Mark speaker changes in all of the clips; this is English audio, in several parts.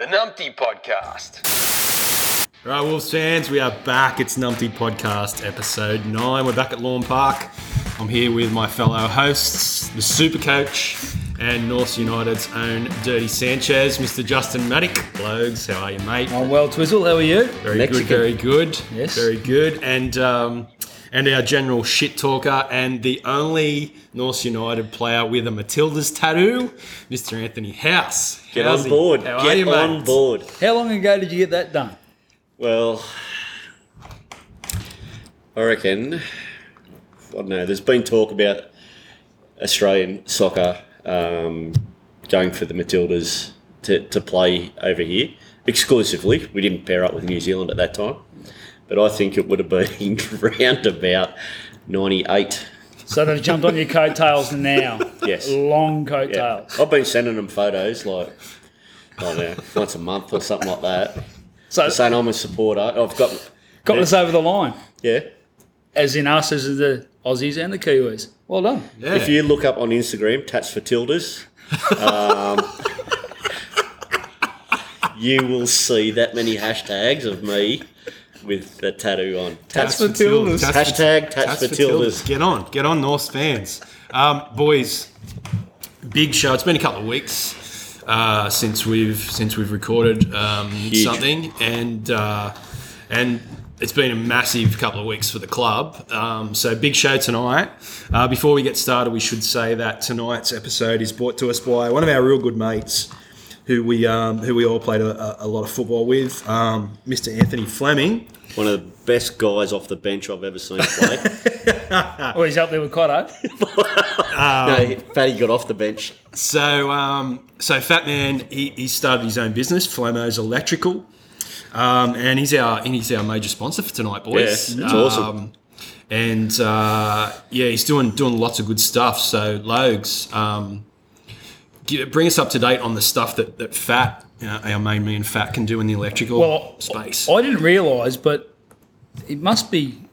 Speaker 1: Numpty Podcast.
Speaker 2: Right, Wolves fans, we are back. It's Numpty Podcast, episode nine. We're back at Lawn Park. I'm here with my fellow hosts, the Super Coach and North United's own Dirty Sanchez, Mr. Justin Maddock. Blogs, how are you, mate?
Speaker 3: I'm well, Twizzle. How are you?
Speaker 2: Very good, very good.
Speaker 3: Yes.
Speaker 2: Very good. And um, and our general shit talker and the only North United player with a Matilda's tattoo, Mr. Anthony House.
Speaker 4: Get
Speaker 2: How's
Speaker 4: on
Speaker 2: he-
Speaker 4: board.
Speaker 2: How are
Speaker 4: Get
Speaker 2: you, mate?
Speaker 4: on board.
Speaker 3: How long ago did you get that done?
Speaker 4: Well, I reckon. I don't know. There's been talk about Australian soccer um, going for the Matildas to, to play over here exclusively. We didn't pair up with New Zealand at that time, but I think it would have been round about 98.
Speaker 3: So they've jumped on your coattails now.
Speaker 4: Yes.
Speaker 3: Long
Speaker 4: Yeah.
Speaker 3: coattails.
Speaker 4: I've been sending them photos like I don't know, once a month or something like that.
Speaker 3: So
Speaker 4: Saying I'm a supporter. I've got
Speaker 3: got us over the line,
Speaker 4: yeah.
Speaker 3: as in us, as in the Aussies and the Kiwis. Well done.
Speaker 2: Yeah.
Speaker 4: If you look up on Instagram, Tats for Tildas, um, you will see that many hashtags of me with the tattoo on.
Speaker 2: Tats
Speaker 4: Tats,
Speaker 2: for Tildas. Tats for-
Speaker 4: hashtag Tats,
Speaker 2: That's
Speaker 4: for,
Speaker 2: for Tildas.
Speaker 4: Tildas.
Speaker 2: Get on, get on, North fans. Um, boys, big show. It's been a couple of weeks uh, since we've since we've recorded um, something, and uh, and it's been a massive couple of weeks for the club. Um, so big show tonight. Uh, before we get started, we should say that tonight's episode is brought to us by one of our real good mates. Who we um, who we all played a, a- a lot of football with, um, Mr. Anthony Fleming.
Speaker 4: One of the best guys off the bench I've ever seen play.
Speaker 3: Oh, he's up there with Cotto.
Speaker 2: Um,
Speaker 4: no, Fatty got off the bench.
Speaker 2: So, um, so Fat Man, he, he started his own business, Flamo's Electrical, um, and he's our and he's our major sponsor for tonight, boys.
Speaker 4: Yeah, it's awesome.
Speaker 2: Um, and uh, yeah, he's doing doing lots of good stuff. So, Logs, um, gi- bring us up to date on the stuff that that Fat, you know, our main man Fat, can do in the electrical
Speaker 3: Well,
Speaker 2: space.
Speaker 3: I didn't realise, but it must be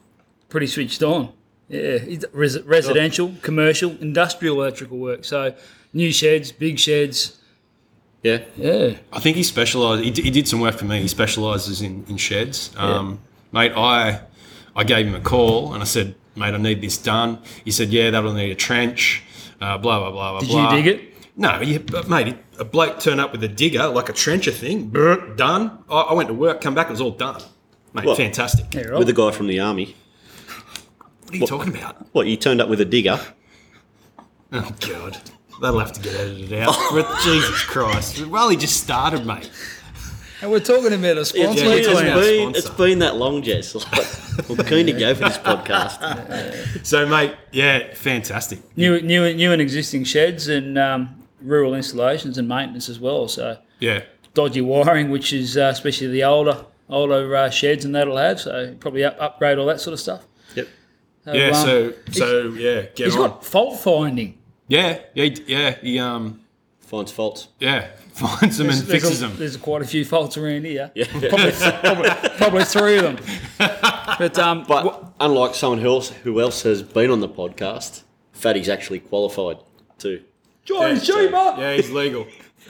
Speaker 3: pretty switched on. Yeah, it's res- residential, commercial, industrial electrical work. So new sheds, big sheds.
Speaker 4: Yeah.
Speaker 3: Yeah.
Speaker 2: I think he specialised. He, d- he did some work for me. He specialises in, in sheds. Um, Mate, I I gave him a call and I said, mate, I need this done. He said, yeah, that'll need a trench. Uh, blah blah blah blah.
Speaker 3: Did you dig it?
Speaker 2: No, yeah, but mate, a bloke turned up with a digger, like a trencher thing. brr, done. I, I went to work, come back, it was all done. Mate,
Speaker 4: What?
Speaker 2: fantastic.
Speaker 3: Yeah, right.
Speaker 4: With a guy from the army.
Speaker 2: What are you talking about?
Speaker 4: What, you turned up with a digger?
Speaker 2: Oh god, that'll have to get edited out. Jesus Christ, Well, he just started, mate.
Speaker 3: And we're talking about a sponsor.
Speaker 2: yeah,
Speaker 4: It's
Speaker 2: yeah.
Speaker 3: between us.
Speaker 4: been,
Speaker 2: sponsor.
Speaker 4: it's been that long, Jess. Like, I'm keen to go for this podcast.
Speaker 2: So, mate, yeah, fantastic.
Speaker 3: new, new, new and existing sheds and um, rural installations and maintenance as well. So
Speaker 2: Yeah.
Speaker 3: dodgy wiring, which is uh, especially the older older uh, sheds and that'll have. So probably up, upgrade all that sort of stuff.
Speaker 4: Yep.
Speaker 3: So,
Speaker 2: Yeah,
Speaker 3: um,
Speaker 2: so so yeah, get
Speaker 3: he's
Speaker 2: on.
Speaker 3: got fault finding.
Speaker 2: yeah, yeah, he- yeah. He um
Speaker 4: Finds faults.
Speaker 2: yeah finds them and
Speaker 3: There's-
Speaker 2: fixes
Speaker 3: there's, a-
Speaker 2: them.
Speaker 3: there's quite a few faults around here.
Speaker 4: Yeah.
Speaker 3: Probably, probably, probably three of them. But um,
Speaker 4: But
Speaker 3: wha-
Speaker 4: unlike someone else who else has been on the podcast, Fatty's actually qualified too.
Speaker 3: Johnny
Speaker 2: Yeah, so-
Speaker 3: Cheaper.
Speaker 2: yeah, he's legal.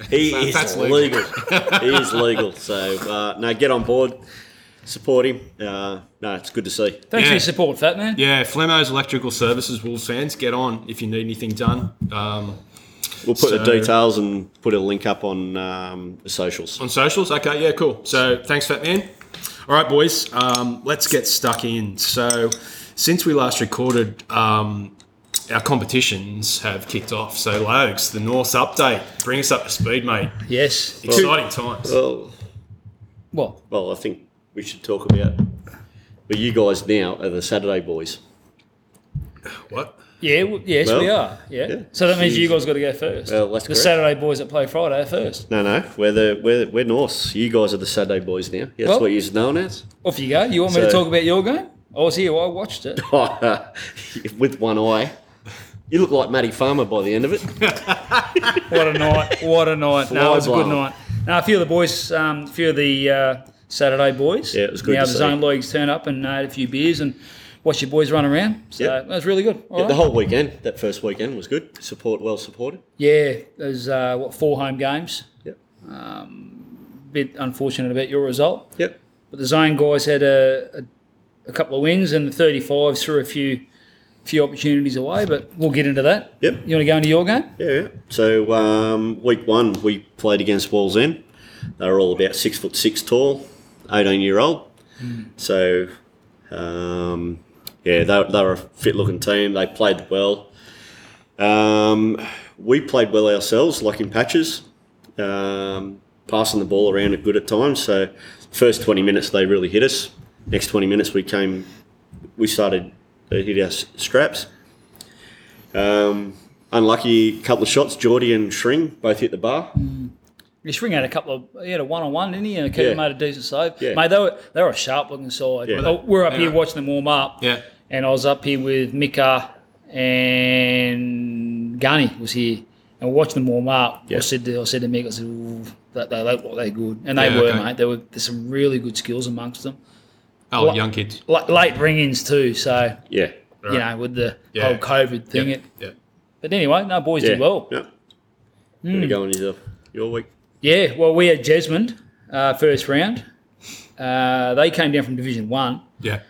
Speaker 4: He
Speaker 2: So
Speaker 4: is
Speaker 2: that's legal.
Speaker 4: legal. he is legal. So uh, no, get on board, support him. Uh, no, it's good to see.
Speaker 3: Thanks
Speaker 2: Yeah.
Speaker 3: for your support, Fat Man.
Speaker 2: Yeah, Flemo's Electrical Services, Wolves fans, get on if you need anything done um,
Speaker 4: We'll put the
Speaker 2: So-
Speaker 4: details and put a link up on um, the socials.
Speaker 2: on socials. Okay, yeah, cool. So thanks, Fat Man. All right, boys, um, let's get stuck in. So since we last recorded, um, our competitions have kicked off. So Logs, the Norse update, bring us up to speed, mate.
Speaker 3: Yes.
Speaker 2: Exciting times.
Speaker 4: Well,
Speaker 3: Well,
Speaker 4: well, I think we should talk about. Well, you guys now are the Saturday boys.
Speaker 2: What?
Speaker 3: yeah, w- yes, we
Speaker 4: Well,
Speaker 3: are. Yeah.
Speaker 4: yeah.
Speaker 3: So that means you guys got to go first.
Speaker 4: Well, that's
Speaker 3: the
Speaker 4: correct.
Speaker 3: Saturday boys that play Friday are first.
Speaker 4: No, no, we're the we're, we're Norse. You guys are the Saturday boys now. That's
Speaker 3: Well-
Speaker 4: what you're known as.
Speaker 3: Off you go. You want me to
Speaker 4: So-
Speaker 3: talk about your game? I was here. I watched it.
Speaker 4: with one eye. You look like Matty Farmer by the end of it.
Speaker 3: What a night! What a night! No, it was a good
Speaker 4: blown.
Speaker 3: night. Now a few of the boys, um, a few of the uh, Saturday boys,
Speaker 4: Yeah, it was good
Speaker 3: Now
Speaker 4: to
Speaker 3: the
Speaker 4: see.
Speaker 3: zone leagues turn up and uh, had a few beers and watch your boys run around. So
Speaker 4: Yeah.
Speaker 3: that was really good. All
Speaker 4: The
Speaker 3: right.
Speaker 4: whole weekend, that first weekend was good. Support, well supported.
Speaker 3: yeah, there's uh, what four home games.
Speaker 4: Yep.
Speaker 3: Bit bit unfortunate about your result.
Speaker 4: Yep.
Speaker 3: But the zone guys had a, a, a couple of wins and the 35s threw a few few opportunities away, but we'll get into that.
Speaker 4: Yep.
Speaker 3: You want to go into your game?
Speaker 4: Yeah, yeah. So um, week one, we played against Walls End. They were all about six foot six tall, eighteen year old. So, um, yeah, they, they were a fit looking team. They played well. Um, we played well ourselves, like in patches, um, passing the ball around at good at times. So, first twenty minutes they really hit us. Next twenty minutes we came, we started to hit our s- scraps. Um, unlucky couple of shots. Geordie and Shring both hit the bar.
Speaker 3: Spring had a couple of he had a one on one, didn't he? And Kevin
Speaker 4: Yeah.
Speaker 3: made a decent save.
Speaker 4: Yeah.
Speaker 3: Mate, they were they were a sharp looking side.
Speaker 4: Yeah.
Speaker 3: Oh, We're up here
Speaker 2: Yeah.
Speaker 3: watching them warm up.
Speaker 2: Yeah.
Speaker 3: And I was up here with Mika and Gunny was here and watching them warm up.
Speaker 4: Yeah.
Speaker 3: I said to I said to Mika, I said, Ooh, that they look like they're good. And they
Speaker 2: Yeah,
Speaker 3: were,
Speaker 2: okay.
Speaker 3: mate. There were there's some really good skills amongst them.
Speaker 2: Oh,
Speaker 3: What-
Speaker 2: young kids.
Speaker 3: Like late ring ins too, so
Speaker 4: Yeah.
Speaker 3: you
Speaker 2: Right.
Speaker 3: know, with the
Speaker 2: Yeah.
Speaker 3: whole COVID thing. It,
Speaker 2: Yeah.
Speaker 3: but anyway, no boys
Speaker 4: Yeah.
Speaker 3: did well. Hmm.
Speaker 4: Yeah. Gonna go on your, your week.
Speaker 3: Yeah, well, we had Jesmond uh, first round. Uh, they came down from Division One,
Speaker 2: Yeah.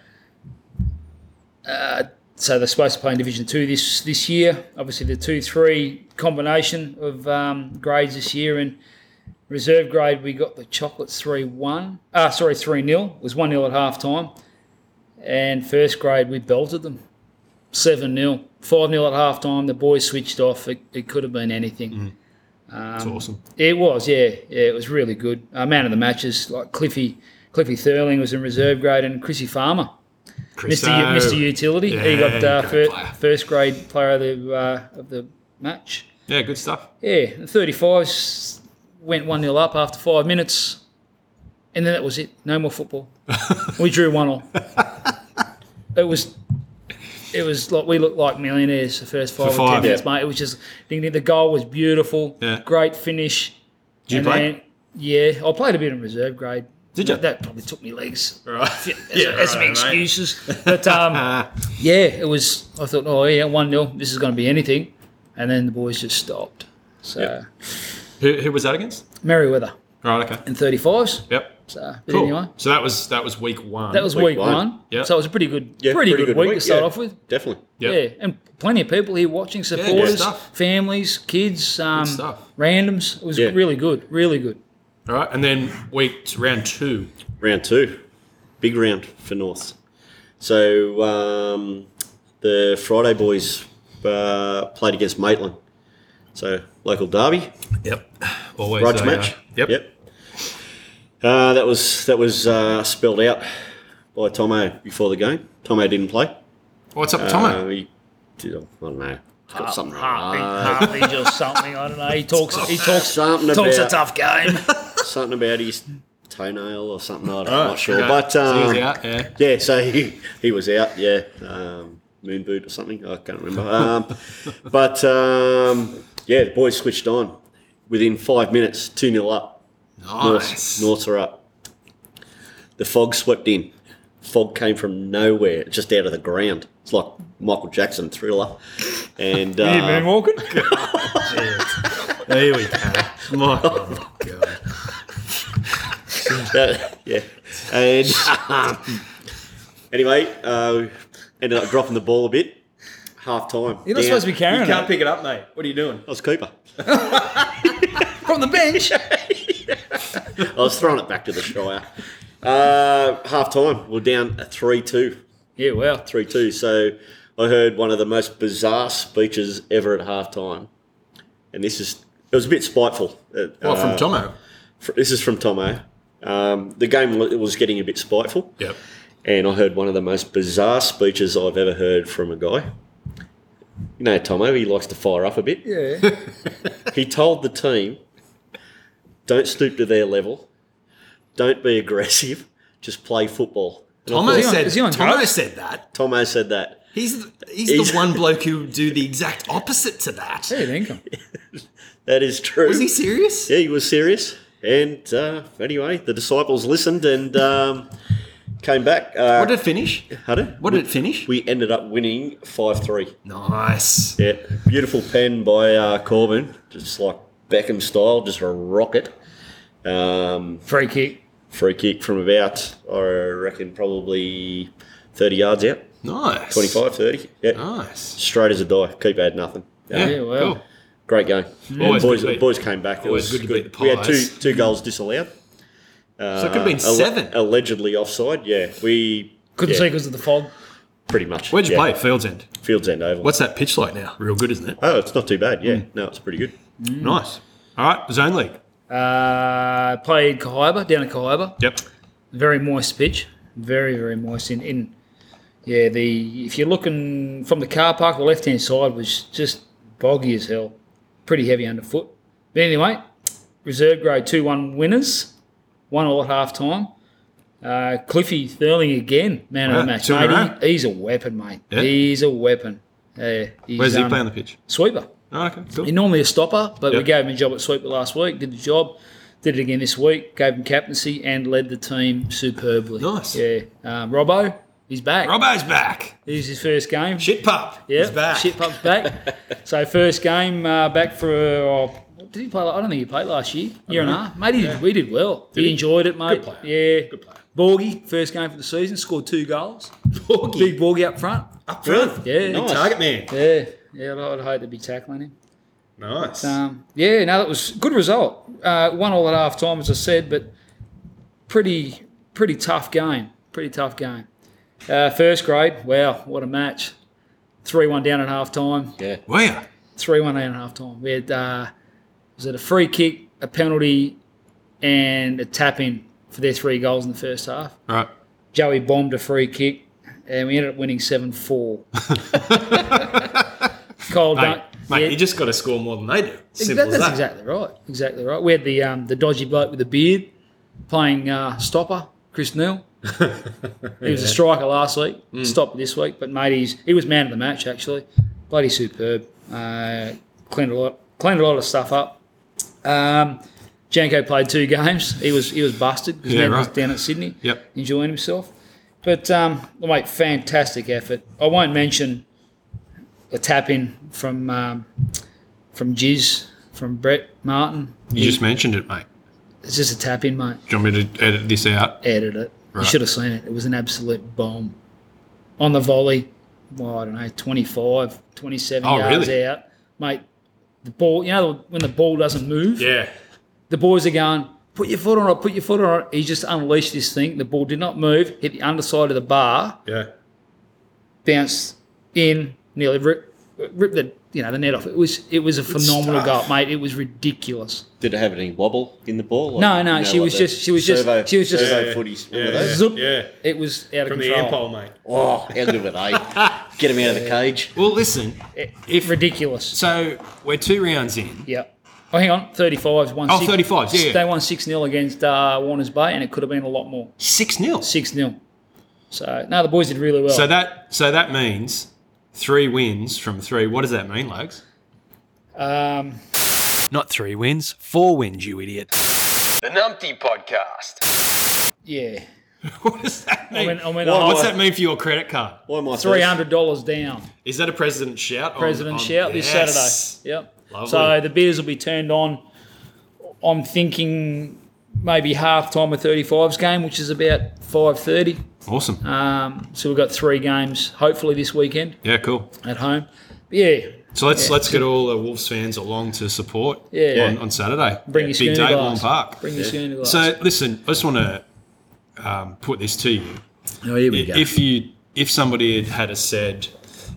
Speaker 3: so they're supposed to play in Division Two this this year. Obviously, the two three combination of um, grades this year and reserve grade, we got the Chocolates three one. Ah, sorry, three 0 It was one 0 at half time, and first grade we belted them seven 0 five 0 at half time. The boys switched off. It, it could have been anything.
Speaker 2: It's
Speaker 3: Um,
Speaker 2: awesome.
Speaker 3: It was, yeah, yeah. It was really good. Uh, man of the matches, like Cliffy, Cliffy Thurling was in reserve grade, and Chrissy Farmer,
Speaker 2: Chris,
Speaker 3: Mister U Mister Utility, he got
Speaker 2: Yeah,
Speaker 3: uh,
Speaker 2: great
Speaker 3: fir-
Speaker 2: player.
Speaker 3: first grade player of the uh, of the match.
Speaker 2: Yeah, good stuff.
Speaker 3: Yeah, the 35s went 1 0 up after five minutes, and then that was it. No more football. we drew 1 all. It was. It was like we looked like millionaires the first five,
Speaker 2: For
Speaker 3: or ten
Speaker 2: five,
Speaker 3: minutes,
Speaker 4: yeah.
Speaker 3: mate. It was just ding, ding. the goal was beautiful,
Speaker 2: Yeah.
Speaker 3: great finish. Did
Speaker 2: you play?
Speaker 3: yeah, I played a bit in reserve grade.
Speaker 2: Did you?
Speaker 3: That probably took me legs.
Speaker 2: Right.
Speaker 3: As, as some excuses, but um, yeah, it was. I thought, oh yeah, one 0 This is going to be anything, and then the boys just stopped. So.
Speaker 2: who, who was that against?
Speaker 3: Merriweather
Speaker 2: Right. Okay.
Speaker 3: in 35s.
Speaker 2: Yep.
Speaker 3: So, but
Speaker 2: Cool.
Speaker 3: anyway,
Speaker 2: So that was that was week one.
Speaker 3: that was week,
Speaker 4: Week
Speaker 3: one.
Speaker 4: one.
Speaker 2: Yeah.
Speaker 3: So it was a pretty good, pretty, good, week, to start
Speaker 4: yeah.
Speaker 3: off with.
Speaker 4: Definitely.
Speaker 2: Yep.
Speaker 3: Yeah, and plenty of people here watching,
Speaker 2: good
Speaker 3: supporters,
Speaker 2: stuff.
Speaker 3: families, kids, um,
Speaker 2: stuff.
Speaker 3: randoms. It was
Speaker 4: Yeah.
Speaker 3: really good, really good.
Speaker 2: All right. And then week round two.
Speaker 4: Round two, big round for North. So um, the Friday boys uh, played against Maitland. So local derby,
Speaker 2: Yep. Always.
Speaker 4: grudge
Speaker 2: a, uh,
Speaker 4: match.
Speaker 2: yep.
Speaker 4: Yep. Uh, that was that was uh, spelled out by Tomo before the game. Tomo didn't play.
Speaker 2: What's up, Tomo?
Speaker 4: Uh, he did, I don't know. He's
Speaker 3: Ah,
Speaker 4: got something.
Speaker 3: Heartbeat,
Speaker 4: uh,
Speaker 3: heartbeat or something. I don't know. He talks. He talks.
Speaker 4: Something
Speaker 3: talks a
Speaker 4: about-
Speaker 3: tough game.
Speaker 4: something about his toenail or something. I don't,
Speaker 2: All
Speaker 4: I'm
Speaker 2: right,
Speaker 4: not sure.
Speaker 2: Ah, okay.
Speaker 4: But
Speaker 2: So he
Speaker 4: um,
Speaker 2: was out, yeah.
Speaker 4: yeah, so he, he was out. Yeah, um, moon boot or something. I can't remember. Um, but um, yeah, the boys switched on within five minutes, two 0 up.
Speaker 2: Nice.
Speaker 4: Norths, Norths are up. The fog swept in. Fog came from nowhere, just out of the ground. It's like Michael Jackson thriller. And
Speaker 3: You
Speaker 4: uh,
Speaker 3: moonwalking?
Speaker 2: There we go. My oh my God.
Speaker 4: Uh, yeah. And um, anyway, uh, ended up dropping the ball a bit. Half time.
Speaker 3: You're not supposed to be carrying it
Speaker 2: pick it up, mate. What are you doing?
Speaker 4: I was Cooper.
Speaker 3: from the bench.
Speaker 4: I was throwing it back to the Shire. Uh, half time. We're down 3 2.
Speaker 3: yeah, well,
Speaker 4: 3 2. So I heard one of the most bizarre speeches ever at half time. And this is, it was a bit spiteful. Uh,
Speaker 2: Well, from
Speaker 4: uh,
Speaker 2: Tomo.
Speaker 4: fr- This is from Tomo. Um, the game wa- was getting a bit spiteful.
Speaker 2: Yep.
Speaker 4: and I heard one of the most bizarre speeches I've ever heard from a guy. You know, Tomo, he likes to fire up a bit.
Speaker 3: yeah.
Speaker 4: He told the team, don't stoop to their level, don't be aggressive, just play football. And I
Speaker 2: Tomo
Speaker 3: Is he on-
Speaker 2: said.
Speaker 3: is he on
Speaker 2: Tomo
Speaker 3: drugs?
Speaker 2: said that.
Speaker 4: thought- Tomo said that.
Speaker 2: He's the, he's,
Speaker 4: He's-
Speaker 2: the one bloke who would do the exact opposite to that.
Speaker 3: There you think.
Speaker 4: That is true.
Speaker 2: Was he serious?
Speaker 4: yeah, he was serious. And uh, anyway, the disciples listened and um, came back. Uh,
Speaker 2: What did it finish?
Speaker 4: had it?
Speaker 2: What did it finish?
Speaker 4: We ended up winning 5 3.
Speaker 2: Nice.
Speaker 4: Yeah, beautiful pen by uh, Corbin, just like Beckham style, just a rocket. Um,
Speaker 3: Free kick.
Speaker 4: free kick from about, I reckon, probably 30 yards out,
Speaker 2: Nice.
Speaker 4: 25, 30. Yeah.
Speaker 2: Nice.
Speaker 4: Straight as a die. Keep had nothing.
Speaker 2: Ah. Yeah,
Speaker 3: Yeah, well.
Speaker 2: cool.
Speaker 4: Great game.
Speaker 2: Always
Speaker 4: boys,
Speaker 2: good to beat-
Speaker 4: boys came back. It
Speaker 2: always
Speaker 4: was
Speaker 2: good to beat the
Speaker 4: We had two
Speaker 2: Pies.
Speaker 4: two goals disallowed. Uh,
Speaker 2: it could have been seven.
Speaker 4: allegedly offside. Yeah, we
Speaker 3: Couldn't
Speaker 4: yeah,
Speaker 3: see because of the fog.
Speaker 4: pretty much.
Speaker 2: Where'd you play?
Speaker 4: yeah.
Speaker 2: Fields End.
Speaker 4: Fields End Oval.
Speaker 2: What's that pitch like now? Real good, isn't it?
Speaker 4: Oh, it's not too bad. Yeah,
Speaker 2: Hmm.
Speaker 4: no, it's pretty good.
Speaker 3: Mm.
Speaker 2: Nice. All right, zone league.
Speaker 3: Uh, played Cahiba, down at Cahiba.
Speaker 2: Yep.
Speaker 3: Very moist pitch. Very, very moist. In, in yeah, the if you're looking from the car park, the left hand side was just boggy as hell. Pretty heavy underfoot. But anyway, reserve grade 2 1 winners. One all at half time. Uh, Cliffy Thurling again, man of
Speaker 2: Yeah,
Speaker 3: the match.
Speaker 2: Ah, two in a
Speaker 3: Mate,
Speaker 2: row.
Speaker 3: he- he's a weapon, mate.
Speaker 2: Yeah.
Speaker 3: He's a weapon. Yeah, he's,
Speaker 2: Where's he
Speaker 3: um,
Speaker 2: playing the pitch?
Speaker 3: Sweeper.
Speaker 2: Oh, okay, cool.
Speaker 3: He's normally a stopper, but we
Speaker 2: Yep.
Speaker 3: gave him a job at sweeper last week. Did the job, did it again this week. Gave him captaincy and led the team superbly.
Speaker 2: Nice.
Speaker 3: Yeah. Um, Robbo, he's back.
Speaker 2: Robbo's back.
Speaker 3: He's his first game.
Speaker 2: Shit pup.
Speaker 3: yeah.
Speaker 2: He's back.
Speaker 3: Shit pup's back. so first game uh, back for. Uh, did he play? I don't think he played last year. Year and a half. Mate, he did, we did well. he, enjoyed it,
Speaker 4: Good
Speaker 3: mate.
Speaker 4: player.
Speaker 3: Yeah.
Speaker 4: Good player.
Speaker 3: Borgie, first game for the season, scored two goals.
Speaker 2: Borgie.
Speaker 3: Big Borgie up front.
Speaker 2: Up front.
Speaker 3: Yeah.
Speaker 2: Big
Speaker 4: Nice.
Speaker 2: target man.
Speaker 3: Yeah. Yeah, I'd hate to be tackling him.
Speaker 2: Nice.
Speaker 3: Um, yeah, no, that was good result. Uh, one all at half time, as I said, but pretty pretty tough game. Pretty tough game. Uh, first grade, wow, what a match. 3 1 down at half time,
Speaker 4: Yeah,
Speaker 2: Were ya?
Speaker 3: 3 1 down at half time. We had, uh, was it a free kick, a penalty, and a tap in for their three goals in the first half.
Speaker 2: All right.
Speaker 3: Joey bombed a free kick, and we ended up winning 7 4. Cole
Speaker 2: Mate,
Speaker 3: Dun-
Speaker 2: mate
Speaker 3: yeah.
Speaker 2: you just got to score more than they do. Simple
Speaker 3: Exact-
Speaker 2: as that.
Speaker 3: that's exactly right. Exactly right. We had the um, the dodgy bloke with the beard playing uh, stopper, Chris Neal. he was a striker last week,
Speaker 2: Hmm.
Speaker 3: stopper this week, but mate, he's, he was man of the match actually. Bloody superb. Uh, cleaned a lot, cleaned a lot of stuff up. Um, Janko played two games. He was he was busted because
Speaker 2: Yeah,
Speaker 3: man was
Speaker 2: right.
Speaker 3: down at Sydney,
Speaker 2: Yep.
Speaker 3: enjoying himself. But um, mate, fantastic effort. I won't mention a tap in from um, from Jiz from Brett Martin.
Speaker 2: You just mentioned it, mate.
Speaker 3: It's just a tap in, mate.
Speaker 2: Do you want me to edit this out?
Speaker 3: Edit it.
Speaker 2: Right.
Speaker 3: You should have seen it. It was an absolute bomb on the volley. Well, I don't know, 25, 27
Speaker 2: Oh,
Speaker 3: yards
Speaker 2: really?
Speaker 3: out, mate. The ball, you know, when the ball doesn't move,
Speaker 2: Yeah.
Speaker 3: the boys are going, put your foot on it, put your foot on it. He just unleashed this thing. The ball did not move, hit the underside of the bar,
Speaker 2: Yeah.
Speaker 3: bounced in, nearly ripped, ripped the you know the net off. It was it was a phenomenal goal,
Speaker 2: tough.
Speaker 3: mate. It was ridiculous.
Speaker 4: did it have any wobble in the ball? Like,
Speaker 3: No, no,
Speaker 4: you know,
Speaker 3: she was
Speaker 4: the
Speaker 3: just- she was just-
Speaker 4: servo-
Speaker 3: she was just-
Speaker 4: servo
Speaker 2: Yeah,
Speaker 4: footies.
Speaker 2: yeah,
Speaker 4: Remember those?
Speaker 3: Zoop.
Speaker 2: Yeah.
Speaker 3: It was out of
Speaker 2: From the
Speaker 3: control.
Speaker 2: air pole, mate.
Speaker 4: Oh, how good were they? Get them out of the cage.
Speaker 2: Well, listen.
Speaker 3: If ridiculous.
Speaker 2: So we're two rounds in.
Speaker 3: Yeah. Oh, hang on. 35s, one
Speaker 2: Oh, 35s, yeah, yeah.
Speaker 3: They won 6 0 against uh, Warners Bay, and it could have been a lot more.
Speaker 2: 6 0.
Speaker 3: 6 0. So, no, the boys did really well.
Speaker 2: So that so that means three wins from three. What does that mean, Lugs?
Speaker 3: um,
Speaker 2: Not three wins, four wins, you idiot.
Speaker 1: The Numpty Podcast.
Speaker 3: yeah.
Speaker 2: What does that mean?
Speaker 3: went- I went-
Speaker 2: What-
Speaker 3: I
Speaker 2: what's
Speaker 4: went-
Speaker 2: that mean for your credit card?
Speaker 4: Why am I first?
Speaker 3: $300 down.
Speaker 2: Is that a president shout? on-
Speaker 3: President
Speaker 2: on-
Speaker 3: Shout this
Speaker 2: Yes.
Speaker 3: Saturday. Yep.
Speaker 2: Lovely.
Speaker 3: So the beers will be turned on. I'm thinking maybe half time of 35s game, which is about 5.30.
Speaker 2: Awesome.
Speaker 3: Um, so we've got three games, hopefully this weekend
Speaker 2: yeah, cool.
Speaker 3: at home. But yeah,
Speaker 2: So let's let's get all the Wolves fans along to support
Speaker 3: Yeah.
Speaker 2: on, on Saturday.
Speaker 3: bring your
Speaker 2: Big
Speaker 3: schooner
Speaker 2: day at Lawn
Speaker 3: glass.
Speaker 2: Park.
Speaker 3: Bring your schooner glass.
Speaker 2: So listen, I just want to um, put this to you.
Speaker 3: oh, here we go.
Speaker 2: If you if somebody had, had a said,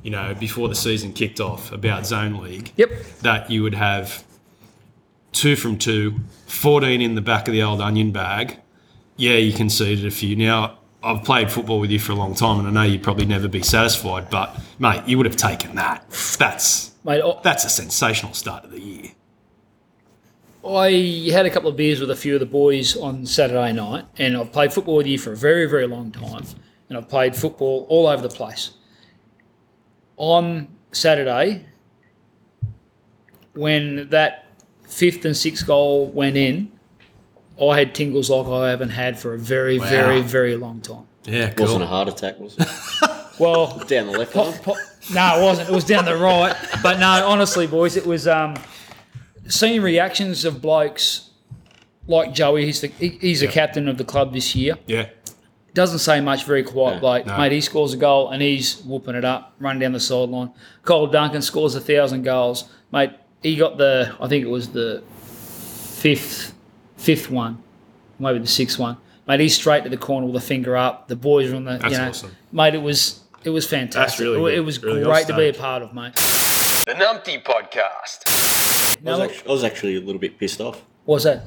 Speaker 2: you know, before the season kicked off about zone league,
Speaker 3: Yep.
Speaker 2: that you would have two from two, 14 in the back of the old onion bag. Yeah, you conceded a few. Now, I've played football with you for a long time and I know you'd probably never be satisfied, but mate, you would have taken that. That's
Speaker 3: Mate, I-
Speaker 2: that's a sensational start of the year.
Speaker 3: I had a couple of beers with a few of the boys on Saturday night, and I've played football with you for a very, very long time, and I've played football all over the place. On Saturday, when that fifth and sixth goal went in, I had tingles like I haven't had for a very, very, very long time.
Speaker 2: Yeah,
Speaker 4: Wasn't a heart attack, was it?
Speaker 3: Well,
Speaker 4: Down the left
Speaker 3: Po-
Speaker 4: arm.
Speaker 3: po- no, it wasn't. It was down the right. But no, honestly, boys, it was um, seeing reactions of blokes like Joey, he's the, he- he's the captain of the club this year.
Speaker 2: Yeah.
Speaker 3: Doesn't say much, very quiet bloke.
Speaker 2: no.
Speaker 3: Mate, he scores a goal and he's whooping it up, running down the sideline. Cole Duncan scores a thousand goals. Mate, he got the, I think it was the fifth, fifth one, maybe the sixth one. Mate, he's straight to the corner with a finger up. The boys are on the,
Speaker 2: That's
Speaker 3: you know,
Speaker 2: awesome.
Speaker 3: mate, it was it was fantastic.
Speaker 2: really
Speaker 3: It wa-
Speaker 2: good.
Speaker 3: it was
Speaker 2: Really well
Speaker 3: great to be a
Speaker 2: staged.
Speaker 3: part of, mate.
Speaker 1: The Numpty Podcast.
Speaker 4: I
Speaker 3: Now,
Speaker 4: was,
Speaker 3: look-
Speaker 4: actually, I was actually a little bit pissed off.
Speaker 3: what was that?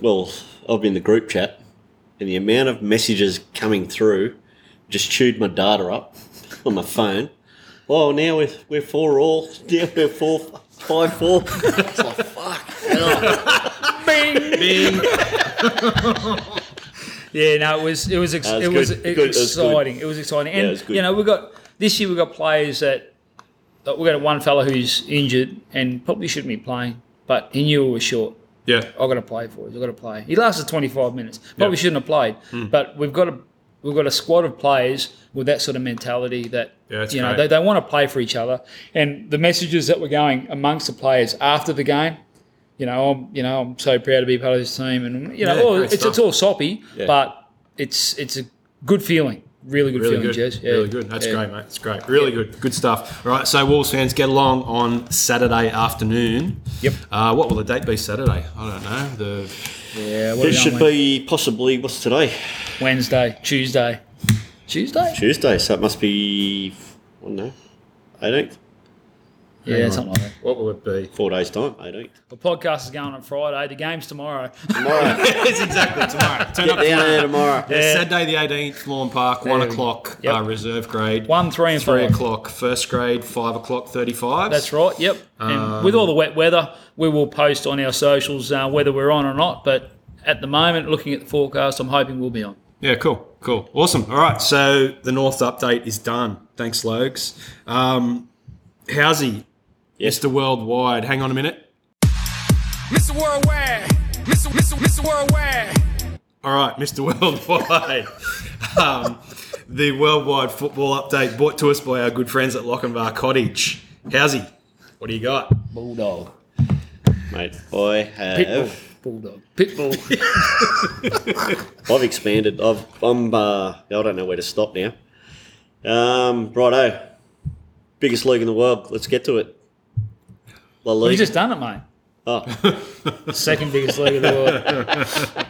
Speaker 4: Well, I've been in the group chat, and the amount of messages coming through just chewed my data up on my phone. Well, now we're, we're four all. Now we're four, five, four. It's like, fuck. hell.
Speaker 3: Yeah, no, it was it was ex-
Speaker 4: That was
Speaker 3: it, was, e-,
Speaker 4: good.
Speaker 3: it
Speaker 4: Good,
Speaker 3: was
Speaker 4: that was good.
Speaker 3: exciting. It was exciting, and
Speaker 4: it was good.
Speaker 3: you know we got this year we got players that that we got one fella who's injured and probably shouldn't be playing, but he knew we were short.
Speaker 2: Yeah.
Speaker 3: I got to play for it. I got to play. He lasted 25 minutes. Probably shouldn't have played,
Speaker 2: Hmm.
Speaker 3: but we've got a we've got a squad of players with that sort of mentality that
Speaker 2: Yeah, that's
Speaker 3: you know
Speaker 2: great.
Speaker 3: they, they want to play for each other. And the messages that were going amongst the players after the game, you know, I'm you know I'm so proud to be part of this team, and you know,
Speaker 2: Yeah,
Speaker 3: all-
Speaker 2: great
Speaker 3: it's
Speaker 2: stuff.
Speaker 3: it's all soppy, but it's it's a good feeling, really good
Speaker 2: Really
Speaker 3: feeling,
Speaker 2: good.
Speaker 3: Jez. Yeah.
Speaker 2: Really good. That's
Speaker 3: Yeah.
Speaker 2: great, mate. That's great. Really good. Good stuff. All right. So, Wolves fans, get along on Saturday afternoon.
Speaker 3: Yep.
Speaker 2: Uh, what will the date be Saturday? I don't know. The
Speaker 3: Yeah, what
Speaker 4: It
Speaker 3: are we on
Speaker 4: should
Speaker 3: Wednesday?
Speaker 4: be possibly, what's today?
Speaker 3: Wednesday, Tuesday, Tuesday.
Speaker 4: Tuesday, so it must be, I don't know, 18th?
Speaker 3: Yeah, something like that.
Speaker 2: What will it be?
Speaker 4: Four days' time, 18th.
Speaker 3: The podcast is going on Friday. The game's tomorrow.
Speaker 4: Tomorrow.
Speaker 2: it's exactly tomorrow. Turn up
Speaker 4: Down there tomorrow.
Speaker 2: Yeah, Saturday the 18th, Lawn Park, 1
Speaker 3: There we go.
Speaker 2: o'clock,
Speaker 3: Yep.
Speaker 2: uh, reserve grade.
Speaker 3: One, three, and
Speaker 2: 3
Speaker 3: five.
Speaker 2: o'clock, first grade, 5 o'clock, 35.
Speaker 3: That's right. Yep. and with all the wet weather, we will post on our socials uh, whether we're on or not. But at the moment, looking at the forecast, I'm hoping we'll be on.
Speaker 2: Yeah, cool, cool, awesome. All right, so the North update is done. Thanks, Logs. Um, Howsy,
Speaker 4: Yes.
Speaker 2: Mr. Worldwide. Hang on a minute.
Speaker 5: Mr. Worldwide. Mr. Mr. Mr. Worldwide.
Speaker 2: All right, Mr. Worldwide. um, the worldwide football update brought to us by our good friends at Lochinvar Cottage. Howsy, what do you got?
Speaker 3: Bulldog.
Speaker 4: Mate, I
Speaker 3: Pitbull.
Speaker 4: have.
Speaker 3: Bulldog. Pitbull.
Speaker 4: I've expanded. I've, I'm. Uh, I don't know where to stop now. Um, righto. Biggest league in the world. Let's get to it. La
Speaker 3: We've
Speaker 4: Liga.
Speaker 3: just done it, mate.
Speaker 4: Oh,
Speaker 3: Second biggest league of the world.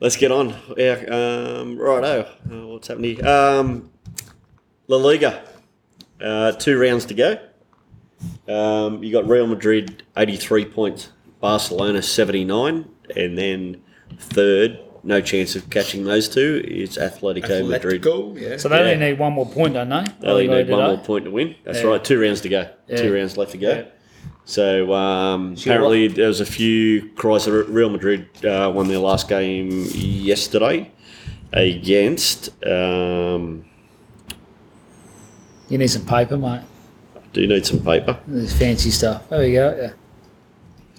Speaker 4: let's get on. Yeah, um, righto. Uh, what's happening? Here? Um, La Liga. Uh, two rounds to go. Um, you got Real Madrid 83 points, Barcelona 79, and then third, no chance of catching those two, is Atletico, Madrid.
Speaker 2: yeah.
Speaker 3: So they
Speaker 4: Yeah.
Speaker 3: only need one more point, don't they?
Speaker 4: They only need
Speaker 3: do
Speaker 4: one
Speaker 3: they?
Speaker 4: more point to win. That's
Speaker 3: Yeah.
Speaker 4: right. Two rounds to go. Two
Speaker 3: Yeah.
Speaker 4: rounds left to go.
Speaker 3: Yeah.
Speaker 4: So um, apparently there was a few cries. that Real Madrid uh, won their last game yesterday against. Um,
Speaker 3: You need some paper, mate.
Speaker 4: do you need some paper?
Speaker 3: There's fancy stuff. There we go. Yeah.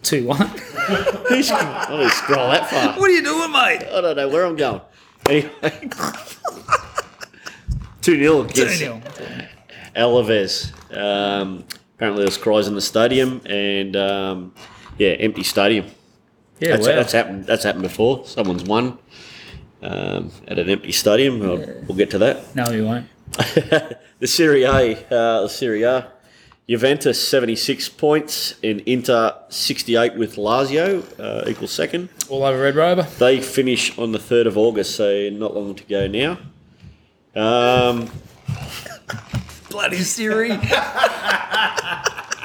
Speaker 3: 2 1.
Speaker 4: Who's- I didn't scroll Oh, that far.
Speaker 3: what are you doing, mate?
Speaker 4: I don't know where I'm going. Anyway, two 0 against
Speaker 3: 2
Speaker 4: Alaves. Um, apparently there was cries in the stadium and um, yeah, empty stadium.
Speaker 3: Yeah,
Speaker 4: that's,
Speaker 3: wow.
Speaker 4: that's happened. That's happened before. Someone's won um, at an empty stadium. I'll- We'll get to that.
Speaker 3: No, you won't.
Speaker 4: The Serie A, uh, the Serie A, Juventus seventy six points and Inter sixty eight with Lazio uh, equals second.
Speaker 3: All over Red Rover.
Speaker 4: They finish on the third of August, so not long to go now. Um,
Speaker 3: Bloody Siri.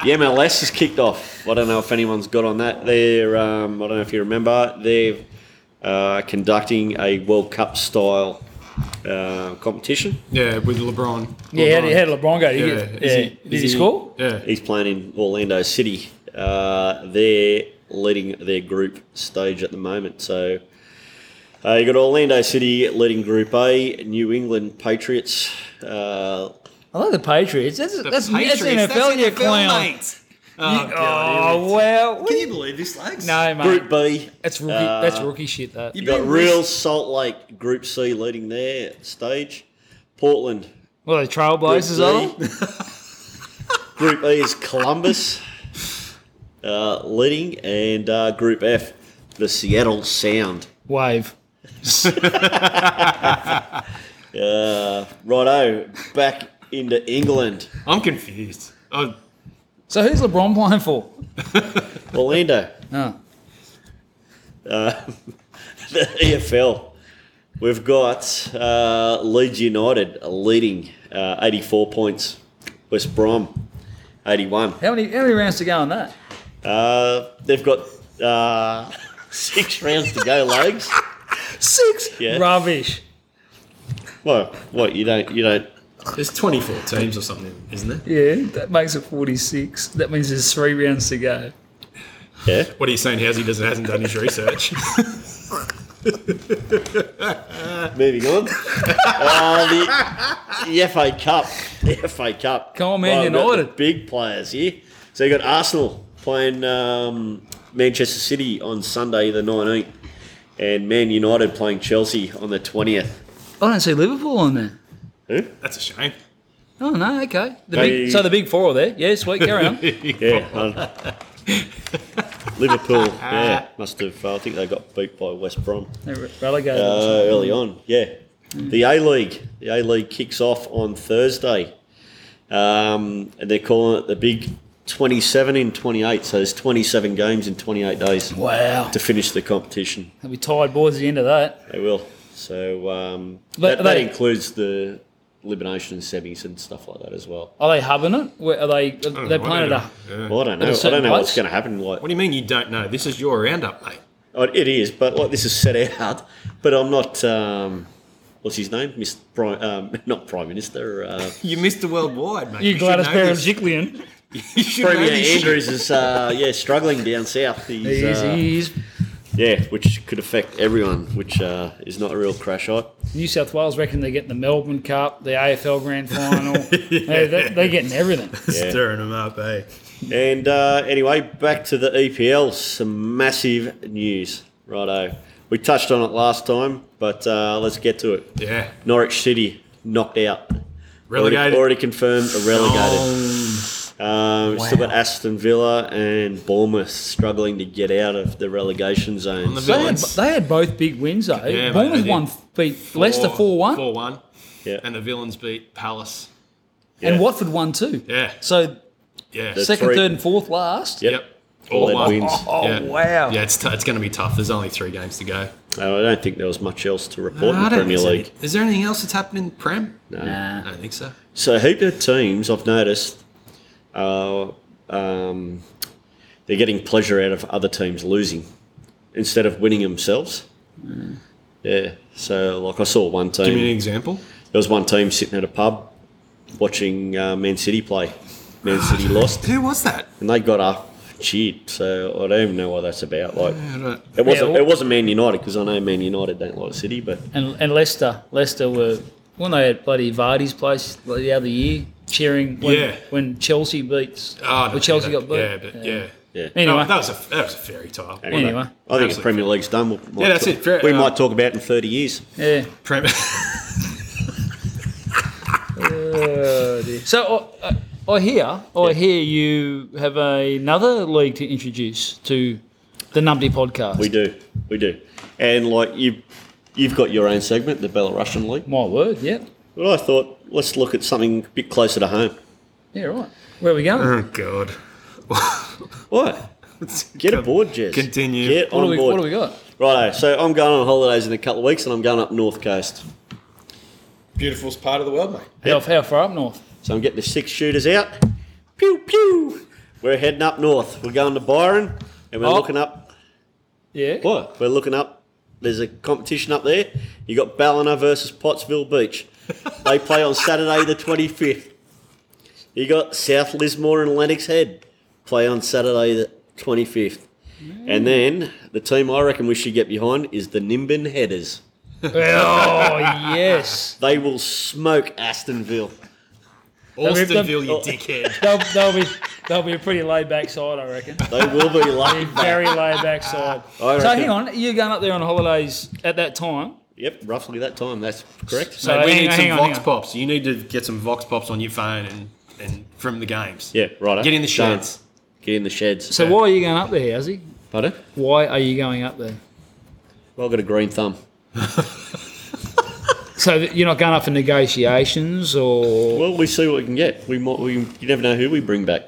Speaker 4: The MLS has kicked off. I don't know if anyone's got on that. They're, um, I don't know if you remember, they're uh, conducting a World Cup style uh, competition.
Speaker 2: yeah, with LeBron.
Speaker 3: Yeah, how
Speaker 2: LeBron.
Speaker 3: did, how did LeBron go? Did,
Speaker 2: Yeah,
Speaker 3: he,
Speaker 2: is
Speaker 3: get-
Speaker 2: he-
Speaker 3: yeah.
Speaker 2: is
Speaker 3: did he score?
Speaker 2: Yeah.
Speaker 4: He's playing in Orlando City. Uh, they're leading their group stage at the moment. So uh, you got Orlando City leading Group A, New England Patriots. Uh,
Speaker 3: I like the Patriots. That's that's,
Speaker 2: Patriots,
Speaker 3: that's NFL, you clown.
Speaker 2: Oh, God,
Speaker 3: oh well,
Speaker 2: Can
Speaker 3: we-
Speaker 2: you believe this, Legs?
Speaker 3: no mate,
Speaker 4: group B.
Speaker 3: that's rookie.
Speaker 4: uh,
Speaker 3: that's rookie shit. That
Speaker 4: You got Real Salt Lake Group C leading their stage. Portland
Speaker 3: well, the Trailblazers
Speaker 4: Group
Speaker 3: are.
Speaker 4: E. Group E is Columbus. uh, leading, and uh, Group F, the Seattle Sound.
Speaker 3: Wave.
Speaker 4: Uh, righto, back into England.
Speaker 2: I'm confused. Oh,
Speaker 3: So who's LeBron playing for?
Speaker 4: Orlando,
Speaker 3: No.
Speaker 4: the EFL. We've got uh, Leeds United leading uh, 84 points, West Brom 81.
Speaker 3: How many how many rounds to go on that?
Speaker 4: Uh, they've got uh, six rounds to go, legs.
Speaker 3: Six.
Speaker 4: Yeah.
Speaker 3: Rubbish.
Speaker 4: Well, what you don't you don't
Speaker 2: there's 24 teams or something, isn't there?
Speaker 3: Yeah, that makes it forty six. That means there's three rounds to go.
Speaker 4: yeah.
Speaker 2: What are you saying? How's he doesn't hasn't done his research?
Speaker 4: Moving on. uh, the, the FA Cup. The FA Cup.
Speaker 3: Come on, Man
Speaker 4: we've got
Speaker 3: United.
Speaker 4: the Big players here. So you got Arsenal playing um, Manchester City on Sunday the 19th, and Man United playing Chelsea on the 20th.
Speaker 3: I don't see Liverpool on there.
Speaker 4: Who?
Speaker 2: That's a shame.
Speaker 3: Oh no, okay. The
Speaker 4: They-
Speaker 3: big, so the big four are there. Yeah, sweet, carry on.
Speaker 4: Yeah. um, Liverpool. Yeah. Must have. I think they got beat by West Brom.
Speaker 3: They were relegated.
Speaker 4: uh, early on. Yeah, the A League. The A League kicks off on Thursday, um, and they're calling it the Big Twenty Seven in Twenty Eight. So there's twenty seven games in twenty eight days
Speaker 3: wow.
Speaker 4: to finish the competition.
Speaker 3: They'll be tired boys at the end of that.
Speaker 4: They will. So um,
Speaker 3: But
Speaker 4: that, that
Speaker 3: they-
Speaker 4: includes the elimination semis and stuff like that as well.
Speaker 3: Are they hubbing it? Where are they? Are they
Speaker 2: I
Speaker 3: playing it?
Speaker 2: don't
Speaker 3: up?
Speaker 2: know. Yeah.
Speaker 4: Well, I don't know.
Speaker 3: a
Speaker 4: I
Speaker 3: certain
Speaker 4: don't know what's
Speaker 3: place?
Speaker 4: going to happen. Like
Speaker 2: What do you mean you don't know? This is your roundup, mate.
Speaker 4: Oh, It is, but like this is set out. But I'm not. Um, what's his name? Miss Prime, um, not Prime Minister. Uh,
Speaker 2: You missed the worldwide, mate.
Speaker 3: You
Speaker 2: should
Speaker 3: Gladys
Speaker 2: know this.
Speaker 3: Berejiklian.
Speaker 2: You should know
Speaker 4: Premier
Speaker 2: this shit.
Speaker 4: Andrews is uh, yeah struggling down south. He's,
Speaker 3: He is.
Speaker 4: uh,
Speaker 3: He is.
Speaker 4: yeah, which could affect everyone, which uh, is not a real crash height.
Speaker 3: New South Wales reckon they get the Melbourne Cup, the AFL Grand Final. Hey, they, they're getting everything.
Speaker 2: Stirring them up, eh?
Speaker 4: And uh, anyway, back to the EPL. Some massive news, righto. We touched on it last time, but uh, let's get to it.
Speaker 2: Yeah.
Speaker 4: Norwich City knocked out. Already,
Speaker 2: Relegated.
Speaker 4: already confirmed, are relegated.
Speaker 2: Oh,
Speaker 4: Um, Still
Speaker 2: Wow.
Speaker 4: got Aston Villa and Bournemouth struggling to get out of the relegation zone.
Speaker 2: the
Speaker 4: So-
Speaker 3: They had,
Speaker 2: Villains.
Speaker 3: they had both big wins though.
Speaker 2: mate,
Speaker 3: Bournemouth
Speaker 2: they
Speaker 3: won beat Leicester four one,
Speaker 2: Four one.
Speaker 4: yeah.
Speaker 2: And the villains beat Palace.
Speaker 3: and
Speaker 4: yeah.
Speaker 3: Watford won two.
Speaker 2: Yeah.
Speaker 3: So
Speaker 2: Yeah.
Speaker 4: The-
Speaker 3: second,
Speaker 4: three.
Speaker 3: third, and fourth last.
Speaker 4: Yep.
Speaker 2: yep. All
Speaker 4: Lead
Speaker 2: one.
Speaker 4: wins.
Speaker 3: Oh
Speaker 2: Yeah.
Speaker 3: wow!
Speaker 2: Yeah, it's, t- it's going to be tough. There's only three games to go.
Speaker 4: No, I don't think there was much else to report in
Speaker 2: I
Speaker 4: the
Speaker 2: don't
Speaker 4: Premier
Speaker 2: think so.
Speaker 4: League.
Speaker 2: Is there anything else that's happening in Prem? No.
Speaker 3: Nah.
Speaker 2: I don't think so.
Speaker 4: So a heap of teams I've noticed are um, they're getting pleasure out of other teams losing instead of winning themselves.
Speaker 2: Hmm.
Speaker 4: Yeah. So like I saw one team.
Speaker 2: Give me an example.
Speaker 4: there was one team sitting at a pub watching uh, Man City play. Man City lost
Speaker 2: Who was that?
Speaker 4: and they got up cheered. So I don't even know what that's about. Like
Speaker 2: I don't-
Speaker 4: it wasn't
Speaker 3: Yeah,
Speaker 4: it wasn't Man United because I know Man United don't like City, but
Speaker 3: And and Leicester, Leicester were when they had bloody Vardy's place the other year cheering when,
Speaker 2: Yeah.
Speaker 3: when Chelsea beats.
Speaker 2: Oh, no,
Speaker 3: when Chelsea
Speaker 2: yeah,
Speaker 3: got beat.
Speaker 2: Yeah, but yeah.
Speaker 4: yeah.
Speaker 3: Anyway,
Speaker 2: No, that was a that was a fairy tale.
Speaker 3: Anyway.
Speaker 4: I think the
Speaker 2: Absolutely.
Speaker 4: Premier League's done. We'll,
Speaker 2: Yeah, that's it. Fair-
Speaker 4: we
Speaker 2: uh,
Speaker 4: might talk about it in 30 years.
Speaker 3: yeah.
Speaker 2: Prem-
Speaker 3: Oh, dear. So I, I, I hear, I hear you have another league to introduce to the Numpty podcast.
Speaker 4: We do, we do, and like you, you've got your own segment, the Belarusian League.
Speaker 3: My word, yeah,
Speaker 4: But I thought let's look at something a bit closer to home.
Speaker 3: yeah, right. Where are we going?
Speaker 2: oh God.
Speaker 4: What? Get aboard, Jez.
Speaker 2: Continue.
Speaker 4: Get
Speaker 3: What
Speaker 4: on
Speaker 3: do we,
Speaker 4: board.
Speaker 3: what do we got?
Speaker 4: Righto. So I'm going on holidays in a couple of weeks, and I'm going up north coast.
Speaker 2: Beautiful part of the world, mate.
Speaker 3: How, how far up north?
Speaker 4: So I'm getting the six shooters out. Pew pew. We're heading up north. We're going to Byron, and we're
Speaker 3: Oh.
Speaker 4: looking up
Speaker 3: Yeah.
Speaker 4: What? We're looking up. There's a competition up there. You got Ballina versus Pottsville Beach. They play on Saturday the 25th. You got South Lismore and Lennox Head play on Saturday the 25th. And then the team I reckon we should get behind is the Nimbin Headers.
Speaker 3: Oh yes.
Speaker 4: They will smoke Astonville.
Speaker 2: Austinville, you
Speaker 4: Oh.
Speaker 2: dickhead.
Speaker 3: They'll, they'll be they'll be a pretty laid back side, I reckon.
Speaker 4: They will be
Speaker 3: A
Speaker 4: laid back.
Speaker 3: very laid back side.
Speaker 4: I
Speaker 3: So
Speaker 4: reckon-
Speaker 3: hang on, you're going up there on holidays at that time.
Speaker 4: Yep, roughly that time. That's correct.
Speaker 3: So
Speaker 2: Mate, we
Speaker 3: hang-
Speaker 2: need
Speaker 3: hang
Speaker 2: some
Speaker 3: on,
Speaker 2: vox
Speaker 3: hang on.
Speaker 2: pops. You need to get some vox pops on your phone and, and from the games.
Speaker 4: Yeah, right.
Speaker 2: Get in the sheds.
Speaker 4: Get Get in the sheds.
Speaker 3: So why are you going up there, Azzy?
Speaker 4: Pardon?
Speaker 3: Why are you going up there?
Speaker 4: Well, I've got a green thumb.
Speaker 3: So that you're not going up for negotiations or
Speaker 4: Well, we see what we can get. We might. We, you never know who we bring back.